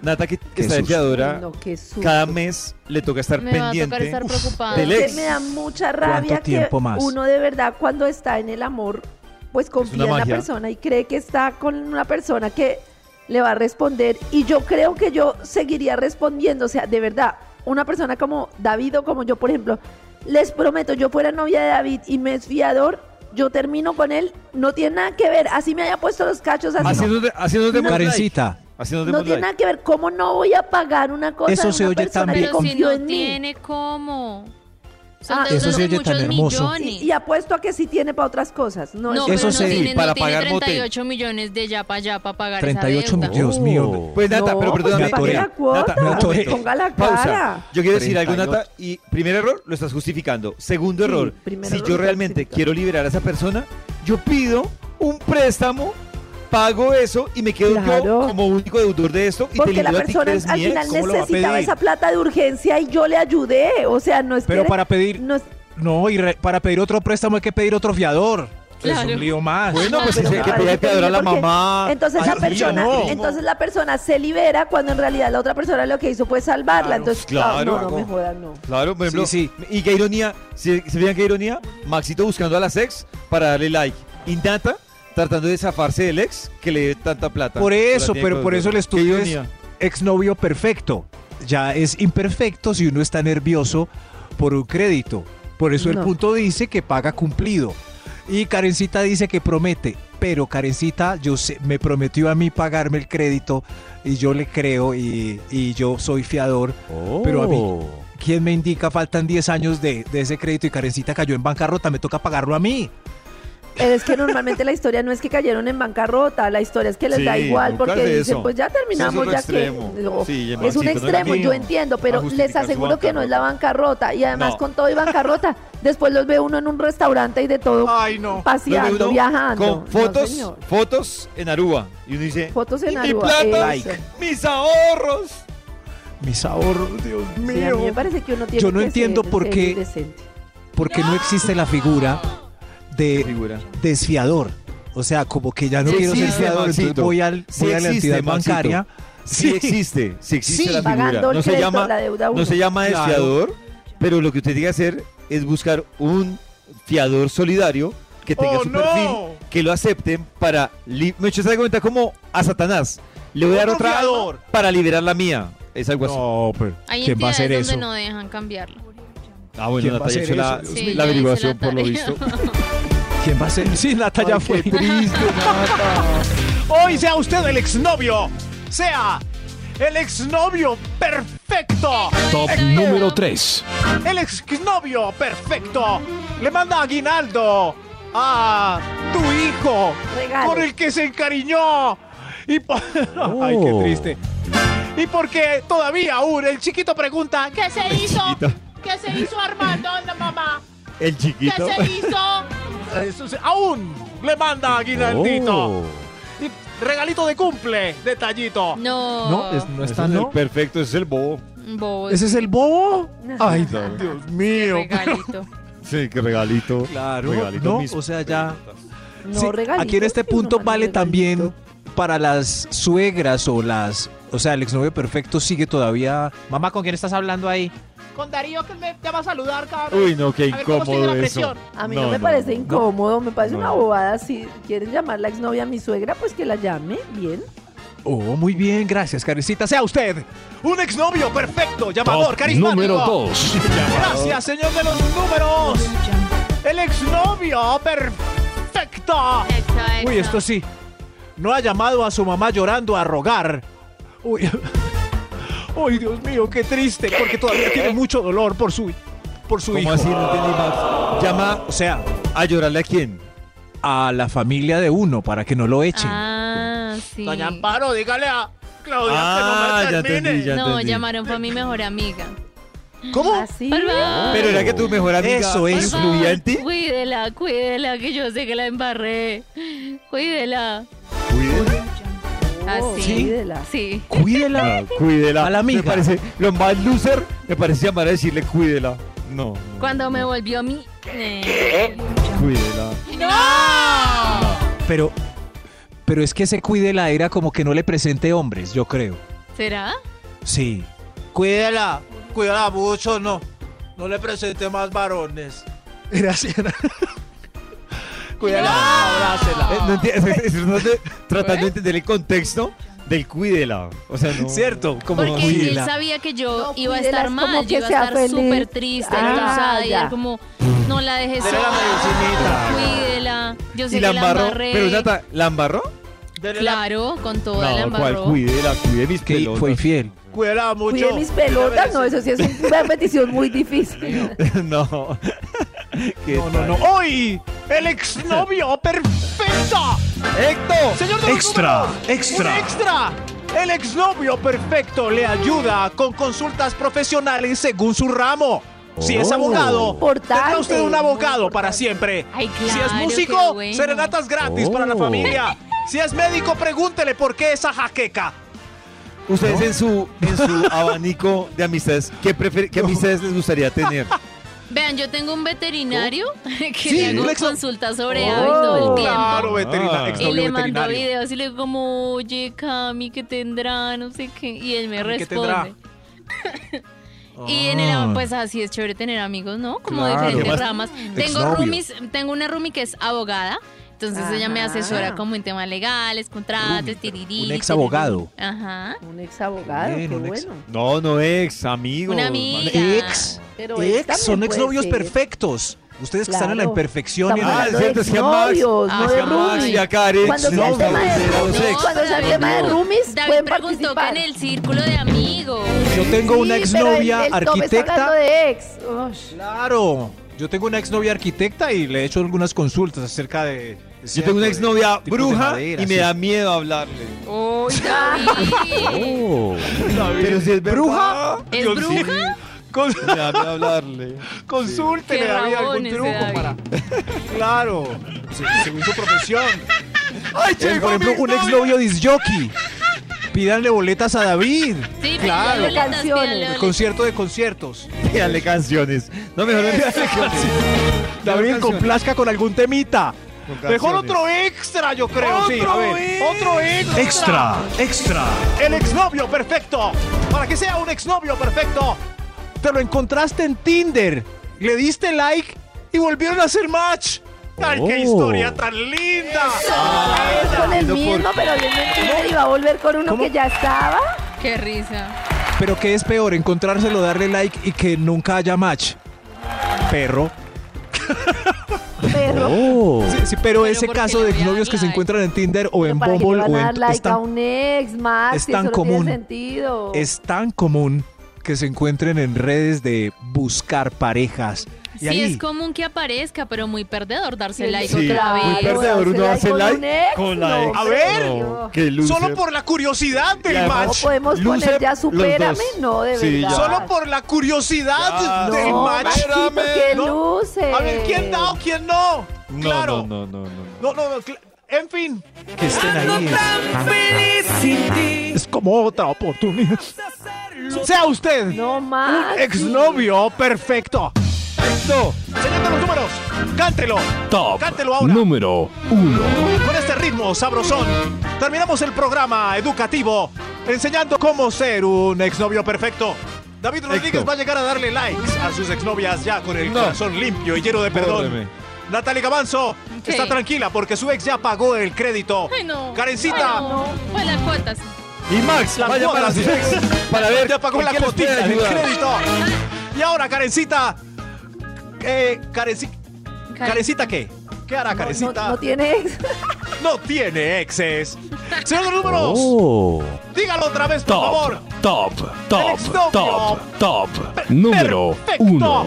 Speaker 2: Nata que, que
Speaker 4: Qué
Speaker 2: está de
Speaker 4: susto.
Speaker 2: fiadora,
Speaker 5: No, qué susto.
Speaker 2: cada mes le toca estar
Speaker 9: Me va a
Speaker 2: pendiente
Speaker 9: tocar estar preocupada.
Speaker 2: del
Speaker 5: Que
Speaker 2: ex.
Speaker 5: Ah, me da mucha
Speaker 4: ¿Cuánto
Speaker 5: rabia que
Speaker 4: tiempo más?
Speaker 5: uno de verdad cuando está en el amor, pues confía en la
Speaker 2: magia.
Speaker 5: persona y cree que está con una persona que le va a responder y yo creo que yo seguiría respondiendo, o sea, de verdad, una persona como David o como yo, por ejemplo, les prometo, yo fuera novia de David y me es fiador, yo termino con él, no tiene nada que ver, así me haya puesto los cachos, así
Speaker 2: Así nos de- así nos demos like.
Speaker 4: Karencita,
Speaker 2: Así nos
Speaker 5: no
Speaker 2: demos
Speaker 5: tiene
Speaker 2: like.
Speaker 5: nada que ver, ¿cómo no voy a pagar una cosa
Speaker 4: Eso
Speaker 5: de
Speaker 4: se
Speaker 5: una
Speaker 4: oye
Speaker 5: persona
Speaker 4: tan
Speaker 5: que
Speaker 4: bien.
Speaker 9: Pero si
Speaker 5: confió
Speaker 9: no
Speaker 5: en mí?
Speaker 9: tiene cómo. Son
Speaker 5: Ah,
Speaker 9: deudas
Speaker 4: Eso se
Speaker 9: de
Speaker 4: oye
Speaker 9: muchos
Speaker 4: tan hermoso.
Speaker 9: millones.
Speaker 5: Y, y apuesto a que sí tiene para otras cosas.
Speaker 9: no,
Speaker 5: No, es-
Speaker 9: pero
Speaker 4: Eso
Speaker 9: no
Speaker 4: se-
Speaker 9: tiene,
Speaker 2: Sí,
Speaker 9: no
Speaker 2: para
Speaker 9: tiene
Speaker 2: pagar motel.
Speaker 9: 38 millones de ya para allá para pagar
Speaker 4: 38
Speaker 9: esa deuda.
Speaker 4: millones. Dios mío.
Speaker 2: Pues Nata,
Speaker 5: No,
Speaker 2: pero
Speaker 5: pues
Speaker 2: perdóname.
Speaker 4: me atoré.
Speaker 5: pague la cuota,
Speaker 4: Nata, me atoré.
Speaker 5: ponga la
Speaker 2: Pausa.
Speaker 5: cara.
Speaker 2: Yo quiero decir algo,
Speaker 4: 38.
Speaker 2: Nata, y primer error, lo estás justificando. Segundo
Speaker 5: Sí,
Speaker 2: error,
Speaker 5: primer
Speaker 2: si
Speaker 5: error
Speaker 2: yo
Speaker 5: lo
Speaker 2: realmente
Speaker 5: justificas.
Speaker 2: quiero liberar a esa persona, yo pido un préstamo, pago eso y me quedo
Speaker 5: Claro.
Speaker 2: yo como único deudor de esto y
Speaker 5: Porque
Speaker 2: te
Speaker 5: la
Speaker 2: libero a ti
Speaker 5: persona
Speaker 2: que eres
Speaker 5: al
Speaker 2: mi ex,
Speaker 5: final
Speaker 2: ¿cómo lo va a
Speaker 5: necesitaba
Speaker 2: pedir?
Speaker 5: esa plata de urgencia y yo le ayudé. O sea, no es
Speaker 4: pero
Speaker 5: que...
Speaker 4: para pedir
Speaker 5: no es-
Speaker 4: no y re- para pedir otro préstamo hay que pedir otro fiador. Es
Speaker 9: Claro.
Speaker 4: un lío más.
Speaker 2: Bueno, pues
Speaker 5: Pero
Speaker 2: es que
Speaker 5: me
Speaker 2: pedir
Speaker 5: parece
Speaker 2: que adora a la
Speaker 5: terrible porque
Speaker 2: mamá.
Speaker 5: entonces, la
Speaker 2: al tío,
Speaker 5: persona,
Speaker 2: no.
Speaker 5: entonces la persona se libera cuando en realidad la otra persona lo que hizo fue salvarla.
Speaker 4: Claro,
Speaker 5: entonces,
Speaker 2: claro.
Speaker 5: no, no, no me jodan, no.
Speaker 2: Claro, por ejemplo,
Speaker 4: Sí,
Speaker 2: y qué ironía, ¿se, se fijan qué ironía? Maxito buscando a las ex para darle like. Y Nata tratando de zafarse del ex que le dé tanta plata.
Speaker 4: Por eso,
Speaker 2: Ahora tiene
Speaker 4: pero
Speaker 2: que
Speaker 4: por eso el
Speaker 2: devolver. Qué
Speaker 4: estudio es
Speaker 2: ironía.
Speaker 4: exnovio perfecto. Ya es imperfecto si uno está nervioso por un crédito. Por eso
Speaker 5: No.
Speaker 4: el punto dice que paga cumplido. Y Karencita dice que promete. Pero Karencita yo sé- me prometió a mí pagarme el crédito y yo le creo y, y yo soy fiador. Pero a
Speaker 2: Oh.
Speaker 4: mí, ¿quién me indica? Faltan 10 años de, de ese crédito y Karencita cayó en bancarrota, me toca pagarlo a mí.
Speaker 5: Pero Eh, es que normalmente la historia no es que cayeron en bancarrota, la historia es que les
Speaker 2: Sí,
Speaker 5: da igual
Speaker 2: nunca
Speaker 5: porque
Speaker 2: hace
Speaker 5: dicen,
Speaker 2: eso.
Speaker 5: pues ya terminamos,
Speaker 2: otro
Speaker 5: ya
Speaker 2: extremo.
Speaker 5: que No,
Speaker 2: Sí,
Speaker 5: es un
Speaker 2: Maxito, no es
Speaker 5: extremo,
Speaker 2: mío.
Speaker 5: yo entiendo, pero
Speaker 2: A
Speaker 5: les
Speaker 2: justificar su
Speaker 5: aseguro que no es la bancarrota y además
Speaker 2: No.
Speaker 5: con todo y bancarrota, después los ve uno en un restaurante y de todo
Speaker 7: Ay, no.
Speaker 2: Lo ve
Speaker 5: paseando,
Speaker 2: uno
Speaker 5: viajando.
Speaker 2: Con
Speaker 5: No,
Speaker 2: fotos,
Speaker 5: señor.
Speaker 2: fotos en Aruba. Y uno dice,
Speaker 5: Fotos en
Speaker 2: "¿Y
Speaker 5: Aruba,
Speaker 2: mi plata,
Speaker 5: eso.
Speaker 2: mis ahorros.
Speaker 4: Mis ahorros, Dios mío.
Speaker 5: Sí, a mí me parece que uno tiene
Speaker 4: Yo no
Speaker 5: que
Speaker 4: entiendo
Speaker 5: ser-
Speaker 4: por
Speaker 5: ser
Speaker 4: qué-
Speaker 5: decente.
Speaker 4: porque no existe la figura de
Speaker 2: Figura.
Speaker 4: desfiador. O sea, como que ya no
Speaker 2: Sí
Speaker 4: quiero ser
Speaker 2: existe,
Speaker 4: fiador, entonces
Speaker 2: Maxito.
Speaker 4: voy, al,
Speaker 2: Sí
Speaker 4: voy a la
Speaker 2: existe,
Speaker 4: entidad
Speaker 2: Maxito.
Speaker 4: bancaria.
Speaker 2: Sí existe, sí existe
Speaker 4: Sí.
Speaker 2: la figura.
Speaker 5: Pagando el
Speaker 2: No se,
Speaker 5: crédito,
Speaker 2: llama,
Speaker 5: la deuda
Speaker 2: no
Speaker 5: uno.
Speaker 2: se llama
Speaker 4: Claro.
Speaker 2: desfiador, pero lo que usted tiene que hacer es buscar un fiador solidario que tenga
Speaker 7: ¡Oh,
Speaker 2: su
Speaker 7: no!
Speaker 2: perfil, que lo acepten para... li- Me he hecho esa cuenta como a Satanás. Le voy a dar
Speaker 7: ¡Otro
Speaker 2: otra alma
Speaker 7: fiador!
Speaker 2: para liberar la mía. Es algo así.
Speaker 4: No, pero
Speaker 9: Hay
Speaker 4: ¿quién va a
Speaker 9: entidades
Speaker 4: hacer
Speaker 9: donde
Speaker 4: eso?
Speaker 9: no dejan cambiarlo.
Speaker 2: Ah,
Speaker 4: ¿Quién
Speaker 2: bueno,
Speaker 4: va a hacer
Speaker 2: Natalia hizo la,
Speaker 4: eso?
Speaker 2: la
Speaker 9: Sí, ya hice la
Speaker 2: averiguación por lo
Speaker 9: tarea.
Speaker 2: visto.
Speaker 4: ¿Quién va a hacer? Sí, Nata ya fue.
Speaker 7: Hoy sea usted el exnovio, sea el exnovio perfecto. Eh,
Speaker 8: Top número 3.
Speaker 7: El exnovio perfecto le manda aguinaldo a tu hijo
Speaker 5: Regalo.
Speaker 7: por el que se encariñó. Y por- Ay, qué
Speaker 8: Oh.
Speaker 7: triste. Y porque todavía aún el chiquito pregunta, ¿qué se hizo? ¿Qué se hizo Armando, ¿Dónde, mamá?
Speaker 2: El
Speaker 7: ¿Qué
Speaker 2: chiquito.
Speaker 7: se hizo? Eso se- aún le manda aguinaldito.
Speaker 2: Oh.
Speaker 4: Oh.
Speaker 7: Y regalito de cumple, detallito.
Speaker 9: No.
Speaker 4: No, es- no
Speaker 2: Ese
Speaker 4: está,
Speaker 2: es el
Speaker 4: ¿no?
Speaker 2: perfecto, ese es el bobo.
Speaker 9: Bobo,
Speaker 4: ¿Ese es el bobo?
Speaker 7: Ay, Dios mío.
Speaker 9: regalito.
Speaker 2: Sí, qué regalito.
Speaker 4: Claro,
Speaker 2: Regalito
Speaker 4: ¿no?
Speaker 2: mis
Speaker 4: O sea, ya...
Speaker 5: No,
Speaker 4: Sí,
Speaker 5: regalito,
Speaker 4: aquí en este
Speaker 5: sí, no
Speaker 4: punto
Speaker 5: manda
Speaker 4: vale
Speaker 5: regalito.
Speaker 4: también para las suegras o las... O sea, el exnovio perfecto sigue todavía... Mamá, ¿con quién estás hablando ahí?
Speaker 10: Con Darío que me te va a saludar, cabrón.
Speaker 2: Uy, no, qué
Speaker 10: A ver cómo sigue
Speaker 2: incómodo
Speaker 10: la
Speaker 2: eso.
Speaker 10: presión.
Speaker 5: A mí no, me parece
Speaker 2: no.
Speaker 5: incómodo, me parece
Speaker 2: No.
Speaker 5: una bobada. Si quieren llamar la exnovia a mi suegra, pues que la llame, bien.
Speaker 4: Oh, muy bien, gracias, Karencita. Sea usted
Speaker 7: un exnovio perfecto, llamador, carismático.
Speaker 8: número dos.
Speaker 7: Gracias, señor de los números. El exnovio perfecto.
Speaker 9: Eso,
Speaker 7: Uy,
Speaker 9: eso.
Speaker 7: esto sí. No ha llamado a su mamá llorando a rogar. Uy. Uy, Dios mío, qué triste, porque todavía tiene mucho dolor por su por su
Speaker 2: ¿Cómo
Speaker 7: hijo.
Speaker 2: así? No entendí, Max. Llama
Speaker 4: O sea,
Speaker 2: a llorarle a quién.
Speaker 4: a la familia de uno para que no lo echen.
Speaker 9: Ah, sí.
Speaker 10: Doña Amparo, dígale a Claudia
Speaker 2: Ah,
Speaker 10: que no
Speaker 2: ya
Speaker 10: me termine.
Speaker 2: entendí, ya
Speaker 9: no,
Speaker 2: entendí.
Speaker 9: llamaron para mi mejor amiga.
Speaker 7: ¿Cómo?
Speaker 5: Así.
Speaker 9: Barba,
Speaker 2: Pero era que tu mejor amiga
Speaker 4: Eso es.
Speaker 2: influía en ti.
Speaker 9: Cuídela, cuídela, que yo sé que la embarré. Cuídela.
Speaker 5: Oh,
Speaker 9: Así.
Speaker 5: cuídela.
Speaker 9: Sí.
Speaker 2: Cuídela. Ah, cuídela.
Speaker 4: A la amiga.
Speaker 2: Me parece lo más loser, me parece llamar a decirle cuídela. No. no,
Speaker 9: Cuando me
Speaker 2: no,
Speaker 9: volvió mi. eh,
Speaker 2: Cuídela.
Speaker 4: Pero, pero es que se cuide la era como que no le presente hombres, yo creo.
Speaker 9: ¿Será?
Speaker 4: Sí.
Speaker 10: Cuídela, cuídela mucho, no. No le presente más varones.
Speaker 7: Gracias.
Speaker 10: Cuídela, abrácela.
Speaker 2: Eh, no enti- es- es- es- no te- tratando de entender el contexto del cuídela. O sea, no.
Speaker 4: ¿Cierto? Como
Speaker 9: Porque él
Speaker 4: cuídela.
Speaker 9: sabía que yo
Speaker 5: No,
Speaker 9: iba a
Speaker 5: cuídela,
Speaker 9: estar
Speaker 5: es
Speaker 9: mal,
Speaker 5: como
Speaker 9: yo
Speaker 5: que
Speaker 9: iba a
Speaker 5: sea
Speaker 9: estar
Speaker 5: feliz.
Speaker 9: súper triste,
Speaker 5: Ah,
Speaker 9: cansada, y
Speaker 5: ya.
Speaker 9: él como, no la dejes
Speaker 10: Dele la
Speaker 9: sola,
Speaker 10: medicinita.
Speaker 9: cuídela. Yo sé
Speaker 2: Y la
Speaker 9: que la
Speaker 2: embarró.
Speaker 9: embarré.
Speaker 2: Pero Nata, ¿la embarró?
Speaker 10: Dele la-
Speaker 9: Claro, con toda la
Speaker 2: no, cuál
Speaker 9: embarró.
Speaker 2: cuídela, cuide mis
Speaker 4: Que
Speaker 2: pelotas.
Speaker 4: fue infiel.
Speaker 10: Cuídela mucho.
Speaker 5: Cuide mis pelotas, no, eso sí es una petición muy difícil.
Speaker 2: no. Qué
Speaker 7: No, no, no.
Speaker 2: tal.
Speaker 7: Hoy el exnovio perfecto.
Speaker 2: Héctor.
Speaker 7: Señor de los
Speaker 8: Extra,
Speaker 7: números,
Speaker 8: extra.
Speaker 7: un extra. El exnovio perfecto le ayuda con consultas profesionales según su ramo. Si es
Speaker 2: Oh.
Speaker 7: abogado, tendrá
Speaker 5: Importante,
Speaker 7: usted un abogado
Speaker 5: muy
Speaker 7: para
Speaker 5: importante.
Speaker 7: siempre.
Speaker 9: Ay,
Speaker 7: si es
Speaker 9: claro,
Speaker 7: músico,
Speaker 9: qué bueno.
Speaker 7: serenatas gratis para la
Speaker 2: Oh.
Speaker 7: familia. Si es médico, pregúntele por qué esa jaqueca.
Speaker 2: Ustedes en su en su abanico de amistades, ¿qué, prefer- qué amistades les gustaría tener?
Speaker 9: Vean, yo tengo un veterinario que
Speaker 7: Sí,
Speaker 9: le hago
Speaker 7: un exo-
Speaker 9: consultas sobre
Speaker 5: Oh,
Speaker 9: hábito todo el tiempo.
Speaker 7: Claro, veterina-
Speaker 2: Ah.
Speaker 9: Y
Speaker 7: exnovio
Speaker 9: le mando
Speaker 7: veterinario.
Speaker 9: videos y le digo como, oye, Cami, ¿qué tendrá? No sé qué. Y él me
Speaker 4: Cami, ¿qué tendrá?
Speaker 9: responde. Y en el
Speaker 4: Ah.
Speaker 9: pues así es chévere tener amigos, ¿no? Como
Speaker 4: Claro.
Speaker 9: diferentes
Speaker 2: Además,
Speaker 9: ramas. Tengo
Speaker 4: exnovio.
Speaker 9: roomies, tengo una roomie que es abogada. Entonces ella me
Speaker 5: Ajá.
Speaker 9: asesora como en temas legales, contratos, tiriri.
Speaker 4: un exabogado.
Speaker 9: tiriri. Ajá.
Speaker 5: Un ex abogado,
Speaker 4: Bien,
Speaker 5: qué
Speaker 4: un ex-
Speaker 5: bueno.
Speaker 2: No, no ex, amigos.
Speaker 9: Una amiga.
Speaker 4: Ex.
Speaker 5: Pero él
Speaker 4: ex.
Speaker 5: también
Speaker 4: Son
Speaker 5: puede
Speaker 4: exnovios
Speaker 5: ser.
Speaker 4: perfectos. Ustedes que están en la
Speaker 5: Claro.
Speaker 4: imperfección y
Speaker 5: Estamos
Speaker 4: en la-
Speaker 2: Ah,
Speaker 5: hablando
Speaker 2: es cierto,
Speaker 5: de
Speaker 2: es que a Max-
Speaker 5: novios, no
Speaker 9: es
Speaker 5: de
Speaker 9: que a Max
Speaker 5: roomies.
Speaker 2: y a Karen,
Speaker 5: Cuando sea el
Speaker 2: no,
Speaker 5: tema de
Speaker 2: no,
Speaker 5: roomies,
Speaker 2: no,
Speaker 5: cuando sea el
Speaker 9: David-
Speaker 5: tema de roomies,
Speaker 9: David
Speaker 5: pueden
Speaker 9: preguntó que
Speaker 5: participar.
Speaker 9: en el círculo de amigos.
Speaker 4: Yo tengo una
Speaker 5: Sí, pero
Speaker 4: exnovia
Speaker 5: el- el Tom está hablando
Speaker 4: arquitecta.
Speaker 5: de ex. Ush.
Speaker 4: Claro. Yo tengo una exnovia arquitecta y le he hecho algunas consultas acerca de.
Speaker 2: Yo tengo una exnovia
Speaker 4: tipos de
Speaker 2: bruja
Speaker 4: madera,
Speaker 2: y me
Speaker 4: sí.
Speaker 2: da miedo hablarle.
Speaker 9: Uy, David.
Speaker 7: Oh.
Speaker 2: Pero si es
Speaker 4: ¿Bruja?
Speaker 2: verdad,
Speaker 9: ¿Es
Speaker 7: Dios
Speaker 9: bruja?
Speaker 7: Con-
Speaker 2: me da miedo hablarle.
Speaker 7: Consúltele,
Speaker 9: Qué
Speaker 7: David, algún
Speaker 9: rabones,
Speaker 7: truco
Speaker 9: David.
Speaker 7: para. Claro, se- según su profesión.
Speaker 2: Ay,
Speaker 4: Eh, por ejemplo, un exnovio disjockey. Pídanle boletas a David. Claro.
Speaker 9: Sí, pídale boletas,
Speaker 5: Canciones.
Speaker 9: pídale boletas.
Speaker 4: Concierto de conciertos.
Speaker 2: Pídale canciones. No, mejor no pídale canciones.
Speaker 4: David,
Speaker 2: canciones.
Speaker 4: complazca Este con algún temita.
Speaker 7: Mejor otro extra, yo creo. sí, a ver. Otro extra.
Speaker 8: Extra, extra.
Speaker 7: El exnovio perfecto. Para que sea un exnovio perfecto.
Speaker 4: Te lo encontraste en Tinder.
Speaker 7: Le diste like y volvieron a hacer match. ¡Ay, qué
Speaker 4: Oh.
Speaker 7: historia tan linda!
Speaker 5: Otra vez con el mismo, pero bien mentira y va a volver con uno
Speaker 4: ¿Cómo?
Speaker 5: que ya estaba.
Speaker 9: Qué risa.
Speaker 4: Pero ¿qué es peor? Encontrárselo, darle like y que nunca haya match. Perro.
Speaker 5: Pero,
Speaker 4: Sí, sí, pero,
Speaker 9: Pero
Speaker 4: ese
Speaker 9: ¿por qué
Speaker 4: caso
Speaker 9: le
Speaker 4: de
Speaker 9: voy a
Speaker 4: novios
Speaker 9: dar
Speaker 4: que se
Speaker 9: like?
Speaker 4: encuentran en Tinder o en
Speaker 5: ¿para qué le
Speaker 4: Bumble
Speaker 5: van
Speaker 4: o
Speaker 5: a
Speaker 4: en
Speaker 5: dar like
Speaker 4: es tan-
Speaker 5: a un ex, Max?
Speaker 4: es tan
Speaker 5: eso no
Speaker 4: común.
Speaker 5: Tiene sentido.
Speaker 4: es tan común que se encuentren en redes de buscar parejas. Y
Speaker 9: Sí,
Speaker 4: ahí,
Speaker 9: es común que que aparezca, pero muy perdedor darse
Speaker 5: Sí,
Speaker 9: like
Speaker 5: sí.
Speaker 9: otra
Speaker 5: Muy
Speaker 9: vez.
Speaker 5: perdedor.
Speaker 2: uno hace
Speaker 5: ¿Con un
Speaker 2: like
Speaker 5: ex?
Speaker 2: con la
Speaker 5: No,
Speaker 2: ex.
Speaker 7: A ver.
Speaker 2: No, qué loser.
Speaker 7: Solo por la curiosidad
Speaker 2: Y
Speaker 7: del
Speaker 2: además-
Speaker 5: No
Speaker 7: match.
Speaker 5: podemos
Speaker 2: Luce
Speaker 5: poner ya
Speaker 2: los
Speaker 5: supérame,
Speaker 2: dos.
Speaker 5: no, de
Speaker 2: Sí,
Speaker 5: verdad.
Speaker 2: ya.
Speaker 7: Solo por la curiosidad
Speaker 2: Ya.
Speaker 7: del
Speaker 5: no,
Speaker 7: match.
Speaker 5: Maxito, qué luces.
Speaker 7: A ver, ¿quién da o quién no?
Speaker 2: No,
Speaker 7: claro.
Speaker 2: No, no, no, no.
Speaker 7: No, no, no, cl- En fin,
Speaker 4: que estén ahí. Es como otra oportunidad.
Speaker 7: sea usted
Speaker 5: No, Max.
Speaker 7: un exnovio perfecto. Perfecto. Señor de los números, cántelo.
Speaker 8: Top
Speaker 7: Cántelo ahora.
Speaker 8: número uno.
Speaker 7: Con este ritmo sabrosón, terminamos el programa educativo enseñando cómo ser un exnovio perfecto. David Rodríguez
Speaker 2: Héctor.
Speaker 7: va a llegar a darle likes a sus exnovias ya con el
Speaker 2: No.
Speaker 7: corazón limpio y lleno de perdón.
Speaker 2: Bórreme.
Speaker 4: Natalie Gabanzo
Speaker 9: ¿Qué?
Speaker 4: está tranquila porque su ex ya pagó el crédito.
Speaker 9: Ay, no.
Speaker 4: Karencita.
Speaker 9: Ay, no. Pues las cuotas.
Speaker 4: Y Max,
Speaker 11: la vaya para su ex, para ver
Speaker 4: Ya pagó
Speaker 11: en
Speaker 4: la
Speaker 11: qué les
Speaker 4: costita
Speaker 11: puede
Speaker 4: del
Speaker 11: ayudar.
Speaker 4: crédito. Y ahora, Karencita. Eh, Karenci- ¿Karencita qué? ¿Qué hará Karencita?
Speaker 5: No tiene ex.
Speaker 4: No tiene exes. Señor números,
Speaker 2: Oh.
Speaker 4: dígalo otra vez, por
Speaker 2: Top,
Speaker 4: favor.
Speaker 2: top,
Speaker 4: El
Speaker 2: top,
Speaker 4: exnovio.
Speaker 2: top, top. Número
Speaker 4: Perfecto.
Speaker 2: uno.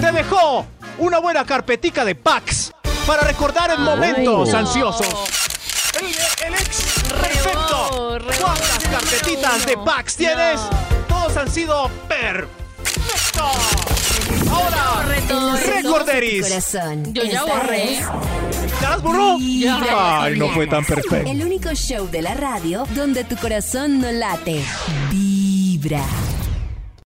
Speaker 4: Te dejó una buena carpetica de packs para recordar en momentos
Speaker 9: No.
Speaker 4: ansiosos. El, el ex perfecto.
Speaker 9: re
Speaker 4: ¿Cuántas
Speaker 9: bueno,
Speaker 4: carpetitas de
Speaker 9: uno.
Speaker 4: packs tienes?
Speaker 9: No.
Speaker 4: Todos han sido perfectos. Ahora,
Speaker 1: En los
Speaker 4: Recorderis.
Speaker 1: ojos de tu corazón.
Speaker 9: Yo ya
Speaker 1: Esta
Speaker 9: borré.
Speaker 1: es
Speaker 4: ¿ya las borró?
Speaker 1: Vibra
Speaker 4: Ay,
Speaker 1: en
Speaker 4: no fue tan
Speaker 1: Mañanas.
Speaker 4: perfecto.
Speaker 1: El único show de la radio donde tu corazón no late. Vibra.